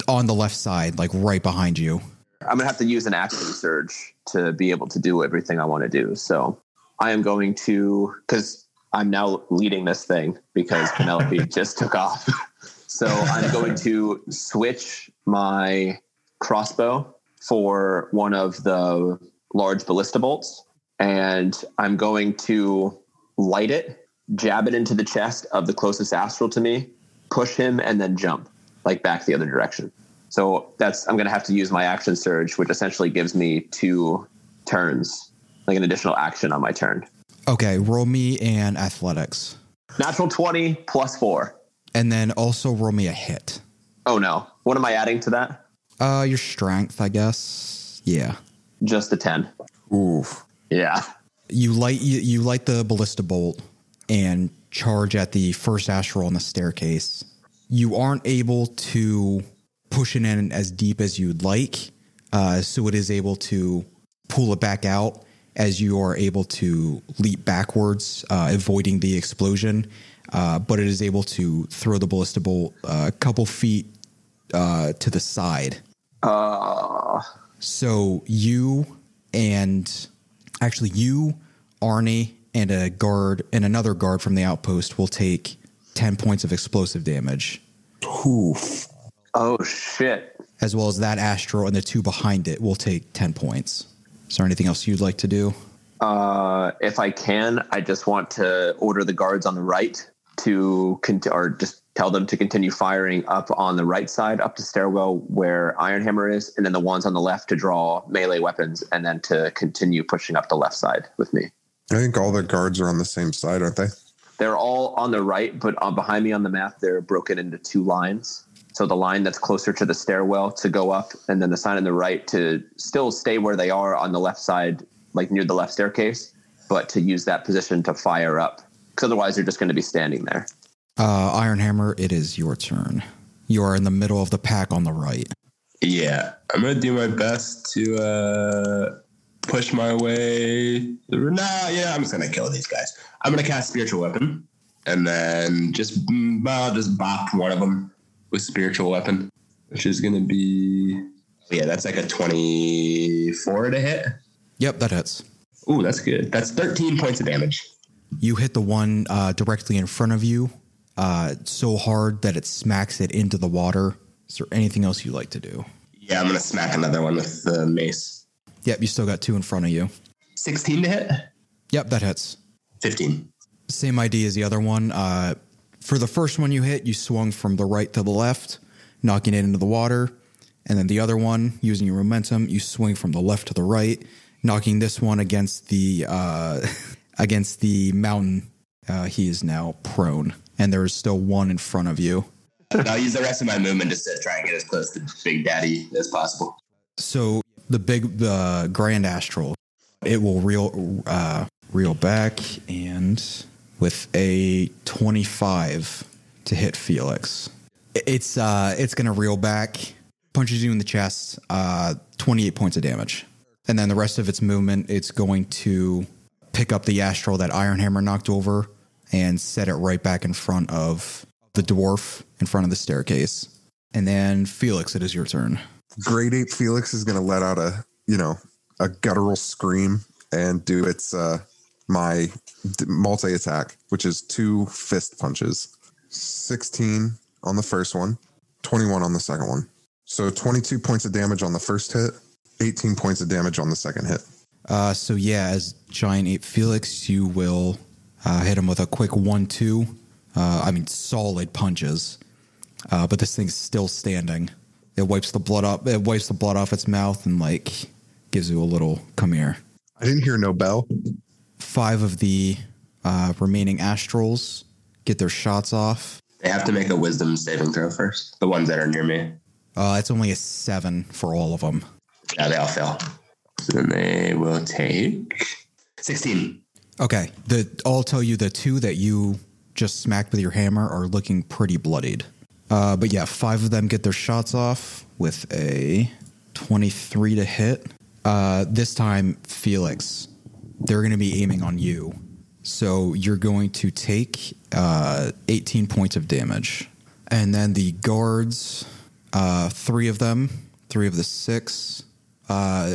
on the left side, like right behind you. I'm gonna have to use an action surge to be able to do everything I want to do. So I am going to because I'm now leading this thing because Penelope just took off. <laughs> So I'm going to switch my crossbow for one of the large ballista bolts, and I'm going to light it, jab it into the chest of the closest astral to me, push him, and then jump like back the other direction. So that's I'm going to have to use my action surge, which essentially gives me two turns, like an additional action on my turn. Okay, roll me an athletics. Natural twenty plus four. And then also roll me a hit. Oh no, what am I adding to that? Uh your strength, I guess. Yeah. Just a ten. Oof. Yeah. You light you, you light the ballista bolt and charge at the first astral on the staircase. You aren't able to push it in as deep as you'd like, uh, so it is able to pull it back out as you are able to leap backwards, uh, avoiding the explosion. Uh, but it is able to throw the ballista bolt uh, a couple feet uh, to the side. Uh, So you and actually you, Arnie, and a guard and another guard from the outpost will take ten points of explosive damage, Oof. oh shit. as well as that astral and the two behind it will take ten points. Is there anything else you'd like to do? Uh, if I can, I just want to order the guards on the right to con- or just tell them to continue firing up on the right side up the stairwell where Ironhammer is, and then the ones on the left to draw melee weapons, and then to continue pushing up the left side with me. I think all the guards are on the same side, aren't they? They're all on the right, but on, behind me on the map, they're broken into two lines. So the line that's closer to the stairwell to go up, and then the sign on the right to still stay where they are on the left side, like near the left staircase, but to use that position to fire up. Because otherwise, they're just going to be standing there. Uh, Ironhammer, it is your turn. You are in the middle of the pack on the right. Yeah, I'm gonna do my best to uh, push my way. Through. Nah, yeah, I'm just gonna kill these guys. I'm gonna cast spiritual weapon, and then just mm, I'll just bop one of them with spiritual weapon, which is gonna be yeah, that's like a 24 to hit. Yep, that hits. Ooh, that's good. That's 13 points of damage. You hit the one uh, directly in front of you uh, so hard that it smacks it into the water. Is there anything else you'd like to do? Yeah, I'm gonna smack another one with the mace. Yep, you still got two in front of you. 16 to hit. Yep, that hits. 15. Same idea as the other one. Uh, for the first one you hit, you swung from the right to the left, knocking it into the water. And then the other one, using your momentum, you swing from the left to the right, knocking this one against the uh, <laughs> against the mountain. Uh, he is now prone, and there is still one in front of you. I'll use the rest of my movement just to try and get as close to Big Daddy as possible. So the big, the grand astral, it will reel uh, reel back, and with a twenty-five to hit Felix, I- it's uh, it's gonna reel back, punches you in the chest, uh, twenty-eight points of damage, and then the rest of its movement, it's going to pick up the astral that Ironhammer knocked over and set it right back in front of the dwarf in front of the staircase. And then Felix, it is your turn. Grade Ape Felix is gonna let out a you know a guttural scream and do its uh my multi attack, which is two fist punches. Sixteen on the first one, twenty-one on the second one. So twenty-two points of damage on the first hit, eighteen points of damage on the second hit. Uh, so yeah, as Giant Ape Felix, you will uh, hit him with a quick one-two. Uh, I mean, solid punches. Uh, but this thing's still standing. It wipes the blood up. It wipes the blood off its mouth and like gives you a little come here. I didn't hear no <laughs> bell. Five of the uh, remaining astrals get their shots off. They have to make a wisdom saving throw first. The ones that are near me. Uh, it's only a seven for all of them. Yeah, they all fail. So then they will take 16. Okay, the I'll tell you the two that you just smacked with your hammer are looking pretty bloodied. Uh, but yeah, five of them get their shots off with a twenty-three to hit. Uh, this time, Felix, they're going to be aiming on you, so you're going to take uh, eighteen points of damage, and then the guards, uh, three of them, three of the six, uh,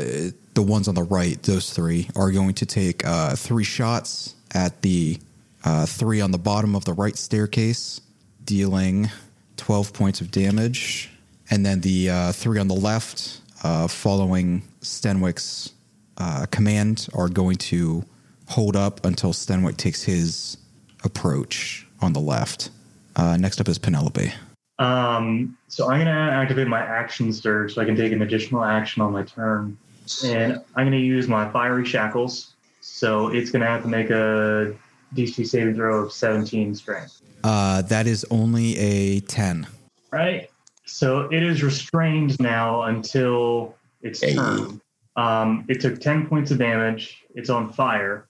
the ones on the right, those three, are going to take uh, three shots at the uh, three on the bottom of the right staircase, dealing 12 points of damage. And then the uh, three on the left, uh, following Stenwick's uh, command, are going to hold up until Stenwick takes his approach on the left. Uh, next up is Penelope. Um, so I'm going to activate my action surge so I can take an additional action on my turn. And I'm going to use my fiery shackles. So it's going to have to make a DC saving throw of 17 strength. Uh, that is only a 10. Right? So it is restrained now until its Hey. turn. Um, it took 10 points of damage. It's on fire.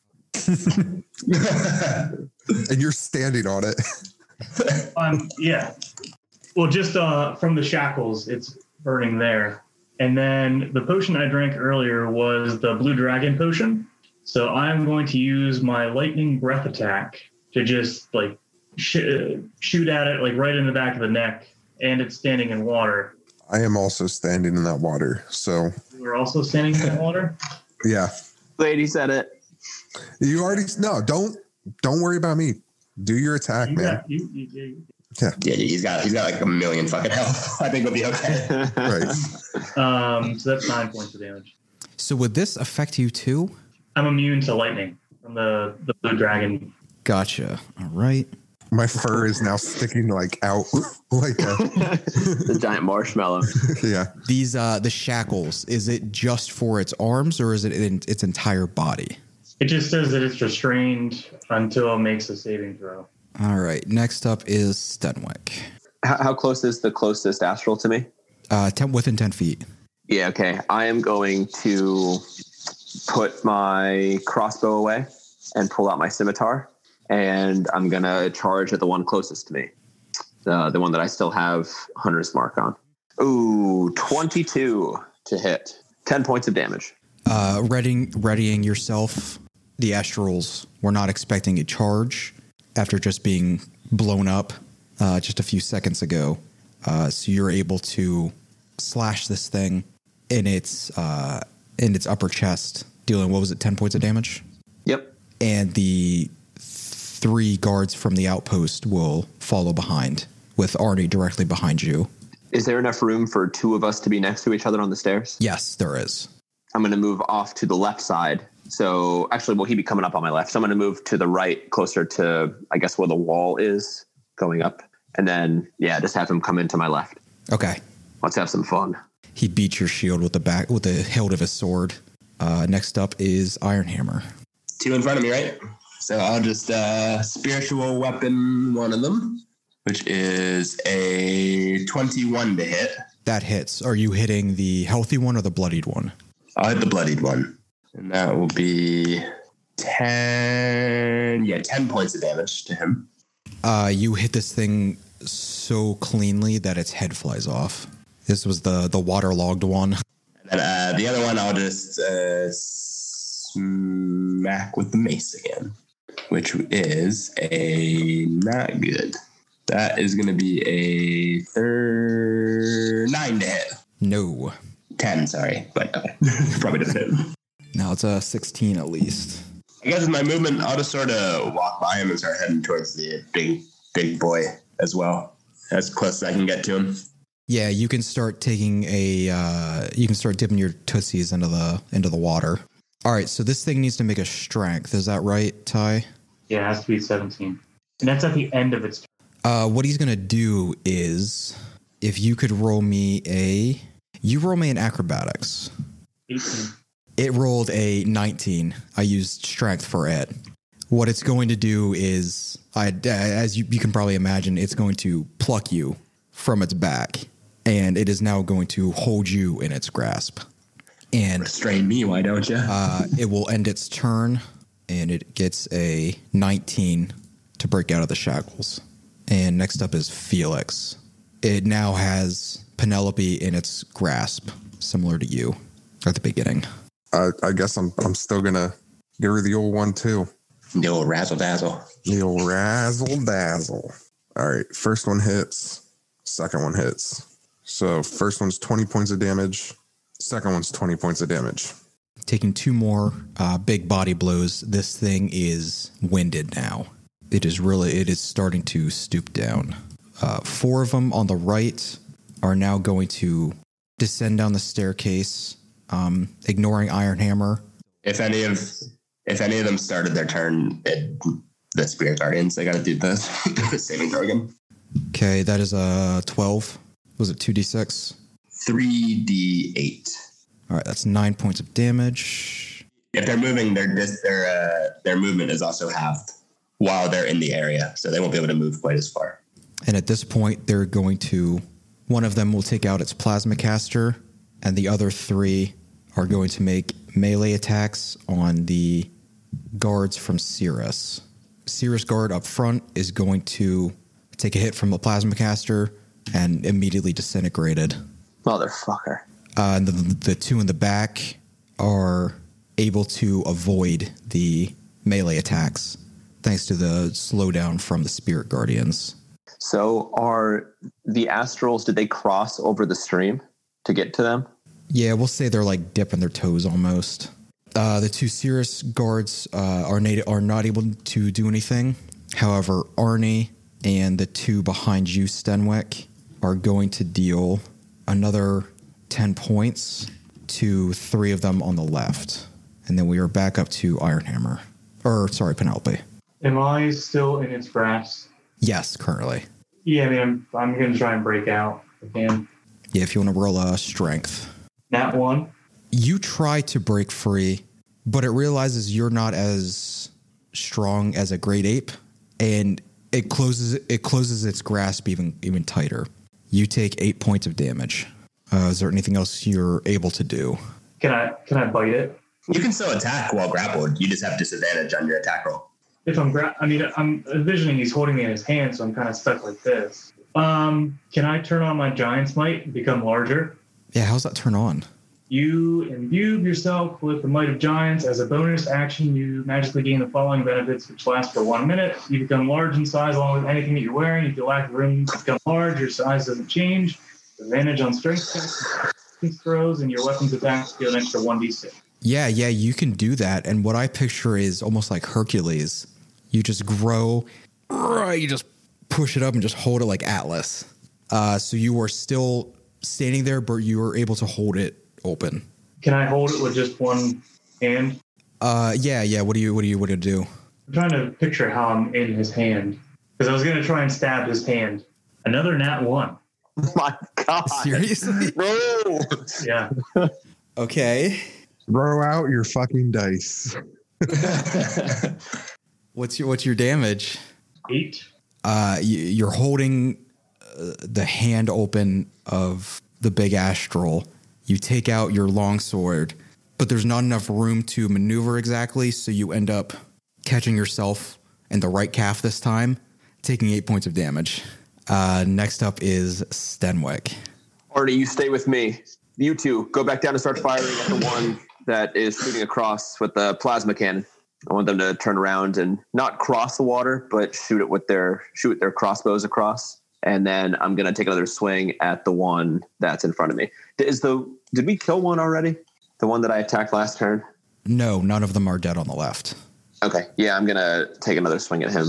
And you're standing on it. Um, yeah. Well, just uh, from the shackles, it's burning there. And then the potion I drank earlier was the blue dragon potion. So I'm going to use my lightning breath attack to just like sh- shoot at it, like right in the back of the neck. And it's standing in water. I am also standing in that water. So We're also standing in water. yeah. Lady said it. You already no, don't don't worry about me. Do your attack, You man. got- you- you- you- yeah, he's got he's got like a million fucking health. <laughs> I think we'll be okay. <laughs> Right. Um, so that's nine points of damage. So would this affect you too? I'm immune to lightning from the, the blue dragon. Gotcha. All right. My fur is now sticking like out <laughs> like a, the giant <laughs> marshmallow. <laughs> yeah. These uh the shackles, is it just for its arms or is it in its entire body? It just says that it's restrained until it makes a saving throw. All right. Next up is Stenwick. How, how close is the closest astral to me? Uh, ten, within 10 feet. Yeah, okay. I am going to put my crossbow away and pull out my scimitar, and I'm going to charge at the one closest to me, the, the one that I still have Hunter's Mark on. Ooh, 22 to hit, 10 points of damage. Uh, readying, readying yourself. The Astrals were not expecting a charge after just being blown up uh, just a few seconds ago. Uh, so you're able to slash this thing in its uh, in its upper chest, dealing what was it, ten points of damage? Yep. and the three guards from the outpost will follow behind, with Arnie directly behind you. Is there enough room for two of us to be next to each other on the stairs? Yes, there is. I'm going to move off to the left side. So actually, will he be coming up on my left? So I'm going to move to the right, closer to I guess where the wall is going up, and then yeah, just have him come into my left. Okay. Let's have some fun. He beats your shield with the back with the hilt of his sword. Uh, next up is Ironhammer. Two in front of me, right? So I'll just uh, spiritual weapon one of them, which is a 21 to hit. That hits. Are you hitting the healthy one or the bloodied one? I'll hit the bloodied one. And that will be 10. Yeah, 10 points of damage to him. Uh, you hit this thing so cleanly that its head flies off. This was the the waterlogged one. And uh, the other one, I'll just uh, smack with the mace again, which is a not good. That is going to be a third nine to hit. No. Ten, sorry, but okay. probably doesn't hit. Now it's a sixteen at least. I guess with my movement, I'll just sort of walk by him and start heading towards the big, big boy as well, as close as I can get to him. Yeah, you can start taking a uh, you can start dipping your tootsies into the into the water. All right, so this thing needs to make a strength. Is that right, Ty? Yeah, it has to be 17. And that's at the end of its turn. Uh, what he's gonna do is, if you could roll me a, you roll me an acrobatics. 18. It rolled a 19. I used strength for it. What it's going to do is, I, as you, you can probably imagine, it's going to pluck you from its back, and it is now going to hold you in its grasp. And Restrain me, why don't you? uh, it will end its turn, and it gets a 19 to break out of the shackles. And next up is Felix. It now has Penelope in its grasp, similar to you at the beginning. I, I guess I'm I'm still gonna give her the old one too. the old razzle dazzle. The old razzle dazzle. All right, first one hits, second one hits. So first one's 20 points of damage, second one's 20 points of damage. Taking two more uh, big body blows, this thing is winded now. It is really, it is starting to stoop down. Uh, four of them on the right are now going to descend down the staircase, um, ignoring Iron Hammer. If any of if any of them started their turn at the spirit guardians, they got to do the <laughs> saving throw again. Okay, that is a 12. Was it 2d6? Three d eight. All right, that's nine points of damage. If they're moving, their dis- their uh, their movement is also halved while they're in the area, so they won't be able to move quite as far. And at this point, they're going to. One of them will take out its plasma caster, and the other three are going to make melee attacks on the guards from Cirrus. Cirrus guard up front is going to take a hit from the plasma caster and immediately disintegrated. Motherfucker. uh, and the, the two in the back are able to avoid the melee attacks thanks to the slowdown from the spirit guardians. So are the astrals? Did they cross over the stream to get to them? Yeah, we'll say they're like dipping their toes almost. Uh, the two Cirrus guards uh, are, nat- are not able to do anything. However, Arnie and the two behind you, Stenwick, are going to deal another 10 points to three of them on the left. And then we are back up to Ironhammer. Or, sorry, Penelope. Am I still in its grasp? Yes, currently. Yeah, I mean, I'm, I'm going to try and break out again. uh, Yeah, if you want to roll a strength. That one. you try to break free but it realizes you're not as strong as a great ape, and it closes it closes its grasp even even tighter. You take eight points of damage. Uh, is there anything else you're able to do? Can I can I bite it? You can still attack while grappled. You just have disadvantage on your attack roll. If I'm gra- I mean I'm envisioning he's holding me in his hand, so I'm kind of stuck like this. Um, can I turn on my giant's might and become larger? Yeah, how's that turn on? You imbue yourself with the might of giants. As a bonus action, you magically gain the following benefits, which last for one minute. You become large in size along with anything that you're wearing. If you lack room to become large, your size doesn't change. Advantage on strength checks, resistance throws, and your weapons attacks deal an extra 1d6. Yeah, yeah, you can do that. And what I picture is almost like Hercules. You just grow, you just push it up and just hold it like Atlas. Uh, so you are still standing there, but you are able to hold it open. Can I hold it with just one hand? Uh, yeah, yeah. What do you, what do you, what do you do? I'm trying to picture how I'm in his hand because I was going to try and stab his hand. Another nat one. My God. Seriously? Bro. Yeah. <laughs> Okay. Throw out your fucking dice. What's your, what's your damage? Eight. Uh, you, you're holding uh, the hand open of the big astral. You take out your longsword, but there's not enough room to maneuver exactly, so you end up catching yourself in the right calf this time, taking eight points of damage. Uh, next up is Stenwick. Arnie, you stay with me. You two, go back down and start firing at the one that is shooting across with the plasma cannon. I want them to turn around and not cross the water, but shoot it with their shoot their crossbows across. And then I'm gonna take another swing at the one that's in front of me. Is the did we kill one already? The one that I attacked last turn. No, none of them are dead on the left. Okay, yeah, I'm gonna take another swing at him.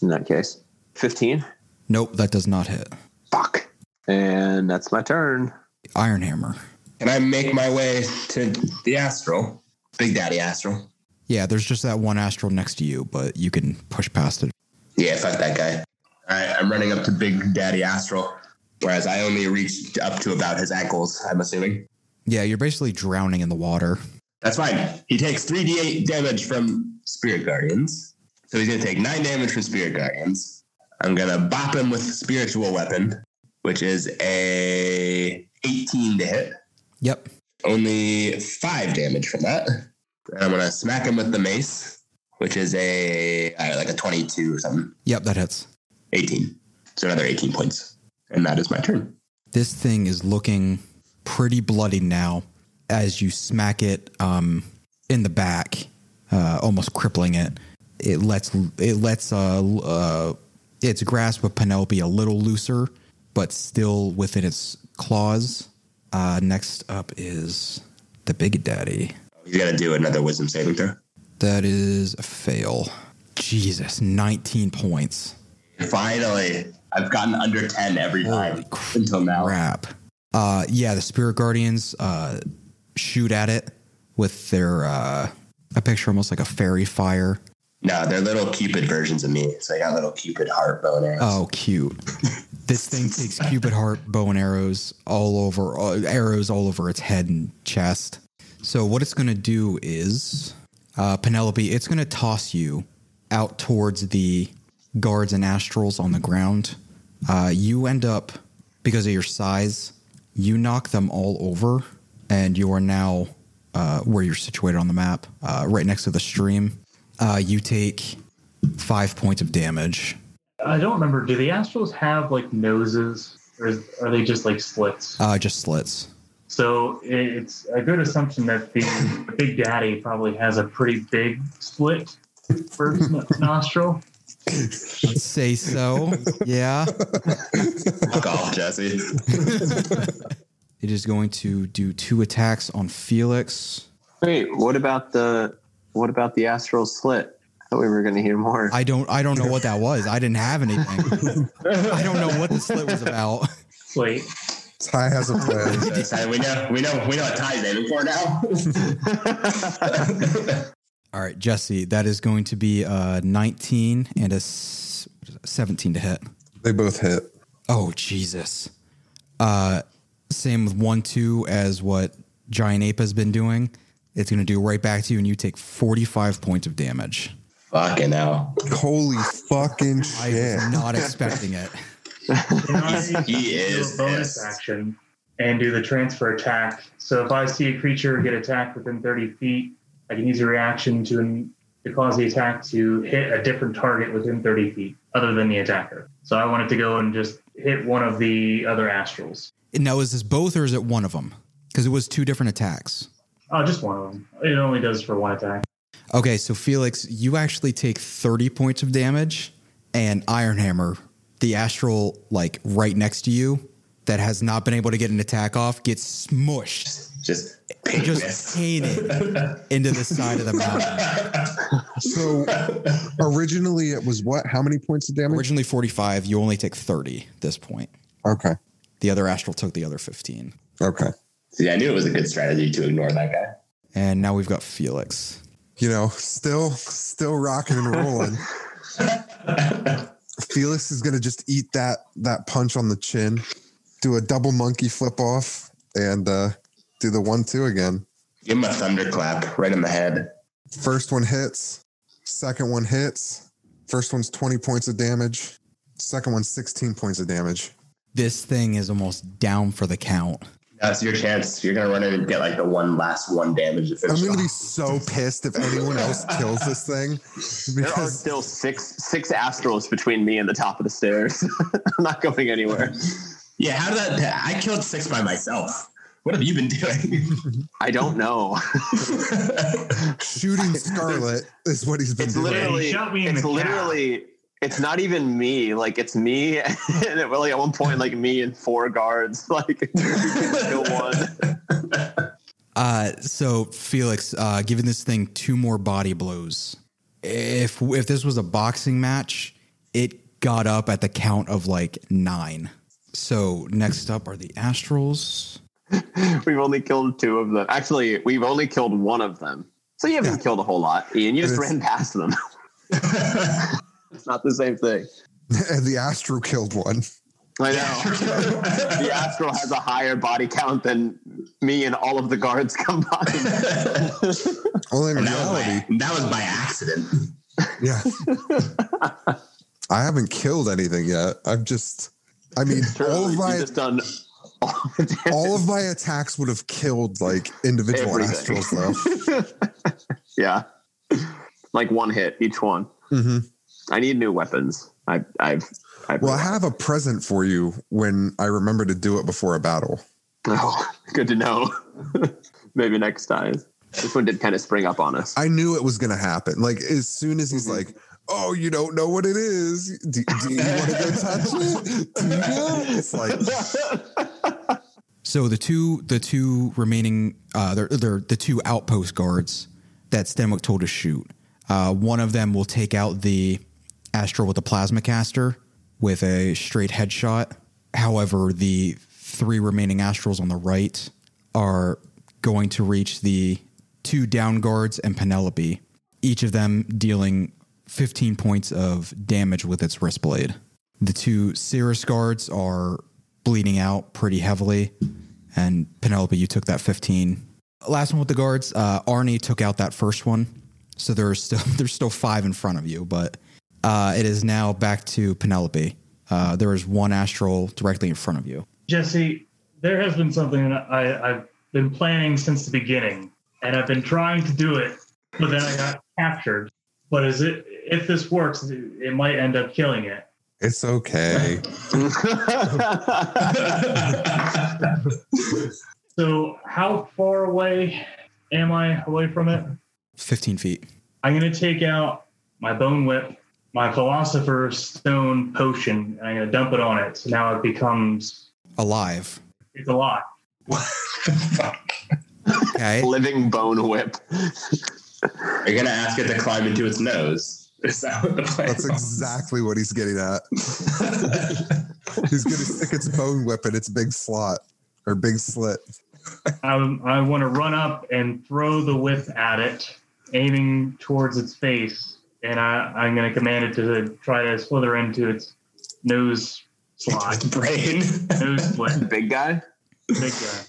In that case, fifteen. Nope, that does not hit. Fuck. And that's my turn. Iron Hammer. Can I make my way to the Astral? Big Daddy Astral. Yeah, there's just that one astral next to you, but you can push past it. Yeah, fuck that guy. All right, I'm running up to Big Daddy Astral, whereas I only reached up to about his ankles, I'm assuming. Yeah, you're basically drowning in the water. That's fine. He takes 3d8 damage from Spirit Guardians. So he's going to take 9 damage from Spirit Guardians. I'm going to bop him with Spiritual Weapon, which is a 18 to hit. Yep. Only 5 damage from that. And I'm going to smack him with the Mace, which is a I don't know, like a 22 or something. Yep, that hits. 18. So another 18 points. And that is my turn. This thing is looking pretty bloody now as you smack it um, in the back, uh, almost crippling it. It lets it lets uh, uh, its grasp of Penelope a little looser, but still within its claws. Uh, next up is the Big Daddy. He's going to do another Wisdom saving throw. That is a fail. Jesus, 19 points. Finally, I've gotten under 10 every time Holy crap. until now. Crap. Uh, yeah, the spirit guardians uh, shoot at it with their. Uh, I picture almost like a fairy fire. No, they're little Cupid versions of me. So I got little Cupid heart bone arrows. Oh, cute! this thing takes cupid heart bow and arrows all over, uh, arrows all over its head and chest. So what it's going to do is, uh, Penelope, it's going to toss you out towards the guards and astrals on the ground. Uh, you end up because of your size, you knock them all over, and you are now uh, where you're situated on the map, uh, right next to the stream. Uh, you take five points of damage. I don't remember. Do the Astros have like noses, or is, are they just like slits? Uh, just slits. So it's a good assumption that the Big Daddy probably has a pretty big split for his no- nostril. I'd say so. yeah. <laughs> Fuck off, Jesse. It is going to do two attacks on Felix. Wait, what about the what about the astral slit? I thought we were going to hear more. I don't I don't know what that was. I didn't have anything. I don't know what the slit was about. Wait, Ty has a <laughs> plan. So it's like, we know, we know, we know what Ty's aiming for now. <laughs> All right, Jesse, that is going to be a 19 and a s- 17 to hit. They both hit. Oh Jesus. Uh same with 1 2 as what Giant Ape has been doing. It's going to do right back to you, and you take 45 points of damage. Fucking hell. Holy fucking I shit. was not expecting it. Can I He is do a bonus pissed. action and do the transfer attack? So if I see a creature get attacked within 30 feet, I can use a reaction to, to cause the attack to hit a different target within 30 feet other than the attacker. So I wanted to go and just hit one of the other astrals. Now, is this both or is it one of them? Because it was two different attacks. Oh, just one of them. It only does for one attack. Okay, so Felix, you actually take 30 points of damage, and Ironhammer, the astral, like right next to you, that has not been able to get an attack off, gets smushed, Just just painted into the side of the mountain. <laughs> So originally it was what? How many points of damage? Originally 45, you only take 30 at this point. Okay. The other astral took the other 15. Okay. See, I knew it was a good strategy to ignore that guy. And now we've got Felix. You know, still still rocking and <laughs> rolling. Felix is gonna just eat that that punch on the chin, do a double monkey flip off, and uh do the one two again. Give him a thunderclap right in the head. First one hits. Second one hits. First one's 20 points of damage. Second one's 16 points of damage. This thing is almost down for the count. That's your chance. You're gonna run in and get like the one last one damage to I'm finish. going to be off. so pissed if anyone else kills this thing <laughs> There are because still six six astrals between me and the top of the stairs. <laughs> I'm not going anywhere. Yeah, how did that? I killed six by myself. What have you been doing? <laughs> I don't know. <laughs> <laughs> shooting Scarlet is what he's been It's doing. literally shot me in it's the calf. literally it's not even me. Like it's me <laughs> and it really at one point like me and four guards. <laughs> Like <laughs> kill one. <laughs> Uh, so Felix, uh, giving this thing two more body blows. If if this was a boxing match, it got up at the count of like nine. So next up are the Astrals. We've only killed two of them. Actually, we've only killed one of them. So you haven't killed a whole lot, Ian. You just It's- ran past <laughs> them. <laughs> it's not the same thing. <laughs> and the Astro killed one. I know. the Astral has a higher body count than me and all of the <laughs> guards <laughs> combined. Well, in And that, was by, reality, that was by accident. <laughs> yeah. I haven't killed anything yet. I've just, I mean, all All of my just done all the damage. all of my attacks would have killed like individual Everything. Astros <laughs> though. Yeah. Like one hit each one. hmm I need new weapons. I, I've, I've. Well, I have a present for you when I remember to do it before a battle. <laughs> Oh, good to know. <laughs> Maybe next time. This one did kind of spring up <laughs> on us. I knew it was going to happen. Like, as soon as he's Mm-hmm. like, Oh, you don't know what it is. Do, do you want to go touch it? Do you know? It's like, So the two the two remaining uh, they're, they're the two outpost guards that Stenwick told to shoot. Uh, one of them will take out the Astral with a plasma caster with a straight headshot. However, the three remaining Astrals on the right are going to reach the two down guards and Penelope, each of them dealing 15 points of damage with its wrist blade. The two Cirrus guards are bleeding out pretty heavily. And Penelope, you took that 15. Last one with the guards, uh, Arnie took out that first one. So there's still <laughs> there's still five in front of you, but uh, it is now back to Penelope. Uh, there is one astral directly in front of you. Jesse, there has been something that I, I've been planning since the beginning, and I've been trying to do it, but then I got captured. But is it if this works, it might end up killing it. it's okay. So how far away am I away from it? 15 feet. I'm gonna take out my bone whip, my philosopher's stone potion, and I'm gonna dump it on it. So now it becomes Alive. it's a lot. Okay. <laughs> Living bone whip. You're gonna ask it to climb into its nose. Is that what the plan That's exactly what he's getting at. He's going to stick its bone whip in its big slot or big slit. I, I want to run up and throw the whip at it, aiming towards its face, and I, I'm going to command it to try to slither into its nose slot, was? Brain. nose slit. Big guy? Big guy.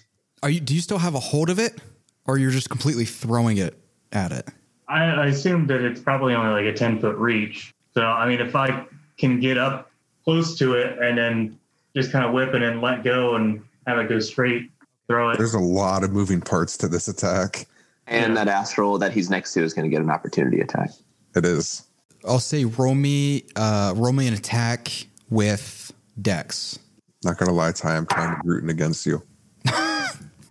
Are you do you still have a hold of it? or you're just completely throwing it at it. I, I assume that it's probably only like a 10 foot reach. So, I mean, if I can get up close to it and then just kind of whip it and let go and have it go straight, throw it. There's a lot of moving parts to this attack. And that astral that he's next to is going to get an opportunity attack. It is. I'll say roll me, uh, roll me an attack with Dex. Not gonna lie, Ty, I'm kind of rooting against you. <laughs>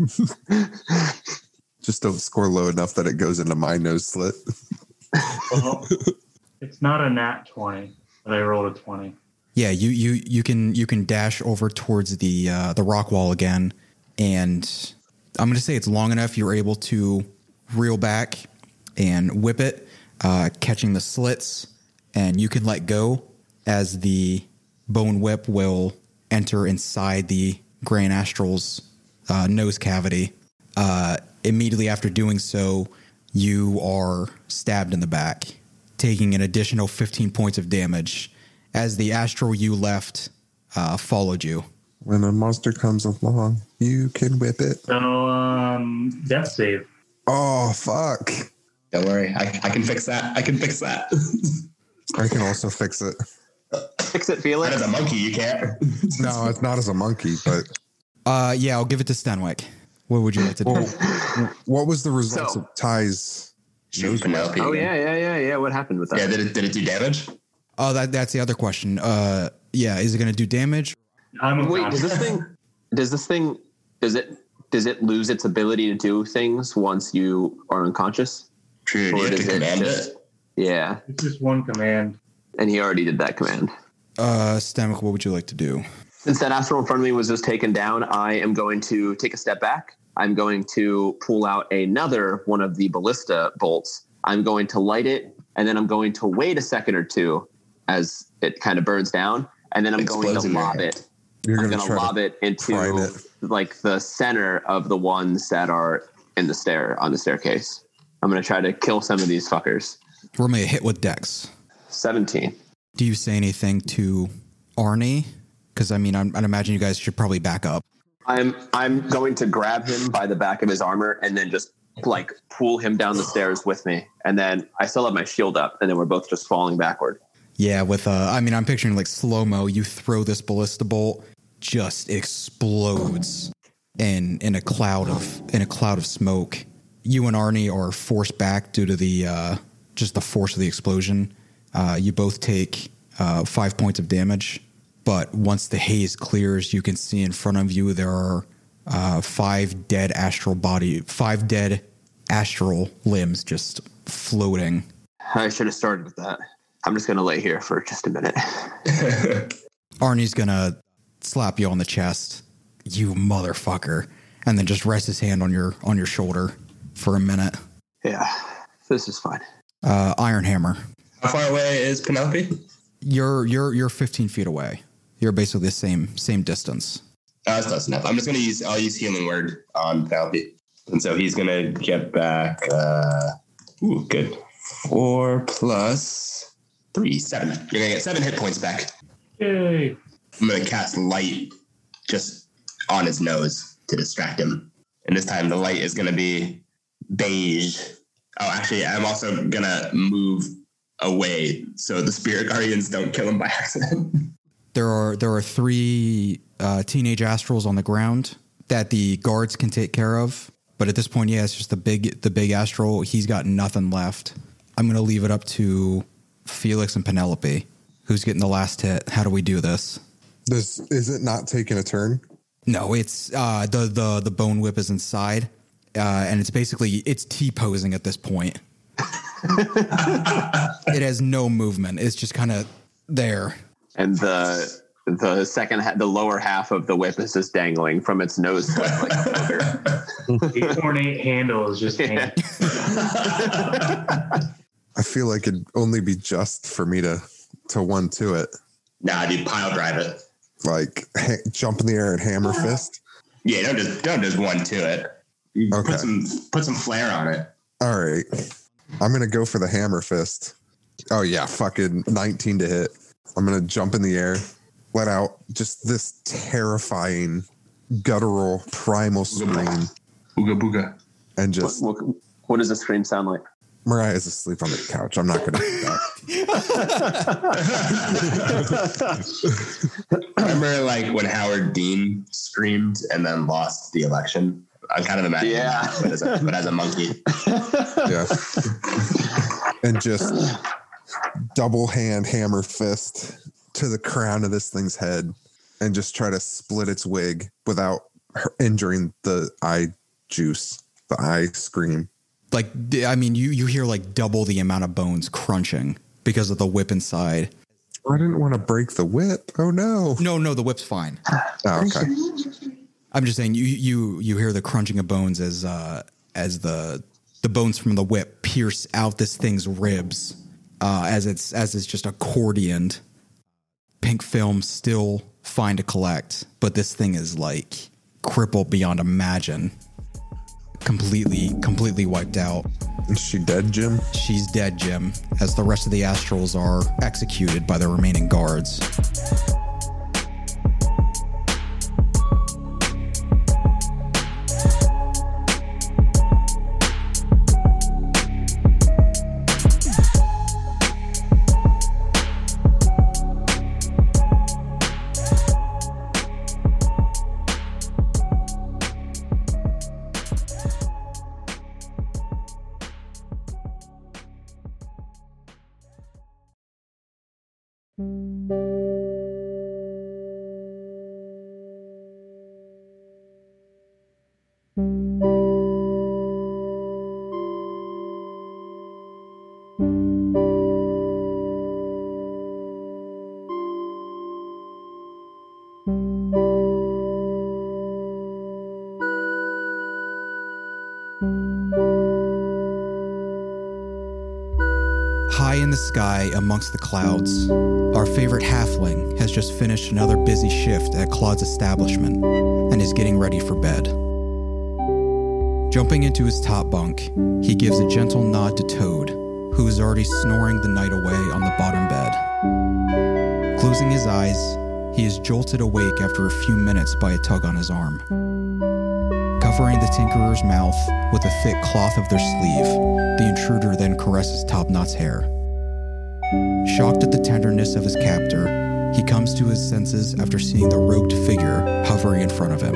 Just don't score low enough that it goes into my nose slit. Well, it's not a nat 20, but I rolled a 20. Yeah, you you you can you can dash over towards the uh, the rock wall again, and I'm gonna say it's long enough. You're able to reel back and whip it, uh, catching the slits, and you can let go as the bone whip will enter inside the grand astral's uh, nose cavity. Uh, immediately after doing so, you are stabbed in the back, taking an additional 15 points of damage as the astral you left uh, followed you. When a monster comes along, you can whip it. So, um, death save. Oh fuck. <laughs> Don't worry, I, I can fix that. I can fix that. I can also fix it. Fix it, But Felix. as a monkey, you can't. No, it's not as a monkey, but Uh, yeah, I'll give it to Stenwick. What would you like to do? what was the results So- of Ty's Shoot Penelope. Oh yeah, yeah, yeah, yeah. What happened with that? Yeah, did it, did it do damage? Oh, that, that's the other question. Uh, yeah, is it going to do damage? I'm a Wait, does this thing does this thing does it does it lose its ability to do things once you are unconscious? True, do you Or have to does it command just- it? Yeah, It's just one command. and he already did that command. Uh, Stenwick, what would you like to do? Since that astral in front of me was just taken down, I am going to take a step back. I'm going to pull out another one of the ballista bolts. I'm going to light it, and then I'm going to wait a second or two as it kind of burns down, and then I'm Explodes going in to your lob hand. it. you're I'm gonna, going to try lob to, it into prime it. like the center of the ones that are in the stair on the staircase. I'm going to try to kill some of these fuckers. Roll me a hit with Dex. 17. Do you say anything to Arnie? Because I mean, I'm, I'd imagine you guys should probably back up. I'm I'm going to grab him by the back of his armor and then just like pull him down the stairs with me. And then I still have my shield up, and then we're both just falling backward. Yeah, with uh, I mean, I'm picturing like slow mo. You throw this ballista bolt, just explodes in in a cloud of in a cloud of smoke. You and Arnie are forced back due to the uh, just the force of the explosion. Uh, you both take uh, five points of damage, but once the haze clears, you can see in front of you there are uh, five dead astral body, five dead astral limbs just floating. I should have started with that. I'm just going to lay here for just a minute. Arnie's gonna slap you on the chest, you motherfucker, and then just rest his hand on your on your shoulder for a minute. Yeah, this is fine. Uh, Iron Hammer, How far away is Penelope? you're you're you're 15 feet away. You're basically the same same distance. Oh, that's close enough. I'm just gonna use. I'll use healing word on Penelope, and so he's gonna get back. Uh, ooh, good. Four plus three, seven. You're gonna get seven hit points back. Yay. I'm gonna cast light just on his nose to distract him. And this time the light is gonna be beige. Oh, actually, I'm also gonna move away so the spirit guardians don't kill him by <laughs> accident. There are there are three uh, teenage astrals on the ground that the guards can take care of. But at this point, yeah, it's just the big the big astral. He's got nothing left. I'm gonna leave it up to Felix and Penelope. Who's getting the last hit? How do we do this? This is it not taking a turn? No, it's uh, the the the bone whip is inside, uh, and it's basically it's T posing at this point. it has no movement. It's just kind of there. And the the second ha- the lower half of the whip is just dangling from <laughs> its nose slit like a booger. The ornate handle <laughs> is just hanging. I feel like it'd only be just for me to to one to it, nah, dude, pile drive it. like ha- jump in the air and hammer fist. Yeah, don't just don't just one to it. You Okay. Put some put some flair on it. <clears throat> All right, I'm gonna go for the hammer fist. Oh yeah, fucking 19 to hit. I'm gonna jump in the air, let out just this terrifying guttural primal scream, Ooga booga. and just What, what, what does the scream sound like? Mariah's asleep on the couch. I'm not going to do that. Remember, like when Howard Dean screamed and then lost the election. I'm kind of imagining Yeah. that, <laughs> but as a, but as a monkey. Yeah. and just double hand hammer fist to the crown of this thing's head and just try to split its wig without her- injuring the eye juice, the eye scream. Like d- I mean, you you hear like double the amount of bones crunching because of the whip inside. Oh, I didn't want to break the whip. Oh no. No, no, the whip's fine. Oh, okay. I'm just saying you you you hear the crunching of bones as uh as the the bones from the whip pierce out this thing's ribs uh, as it's as it's just accordioned. Pink film still fine to collect, but this thing is like crippled beyond imagine. Completely completely wiped out. Is she dead, Jim? She's dead, Jim, as the rest of the astrals are executed by the remaining guards. High in the sky amongst the clouds, our favorite halfling has just finished another busy shift at Claude's establishment and is getting ready for bed. Jumping into his top bunk, he gives a gentle nod to Toad, who is already snoring the night away on the bottom bed. Closing his eyes, he is jolted awake after a few minutes by a tug on his arm. Covering the tinkerer's mouth with a thick cloth of their sleeve, the intruder then caresses Topknot's hair. Shocked at the tenderness of his captor, he comes to his senses after seeing the robed figure hovering in front of him.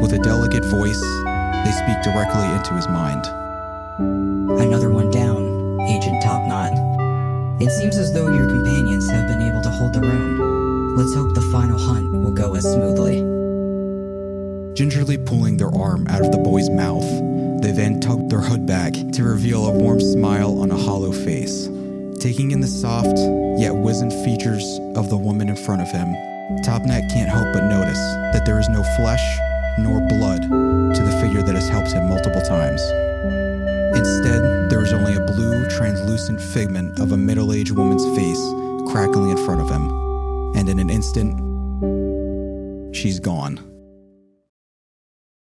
With a delicate voice, they speak directly into his mind. Another one down, Agent Topknot. It seems as though your companions have been able to hold their own. Let's hope the final hunt will go as smoothly. Gingerly pulling their arm out of the boy's mouth, they then tugged their hood back to reveal a warm smile on a hollow face. Taking in the soft, yet wizened features of the woman in front of him, Topnet can't help but notice that there is no flesh nor blood to the figure that has helped him multiple times. Instead, there is only a blue, translucent figment of a middle aged woman's face crackling in front of him, and in an instant, she's gone.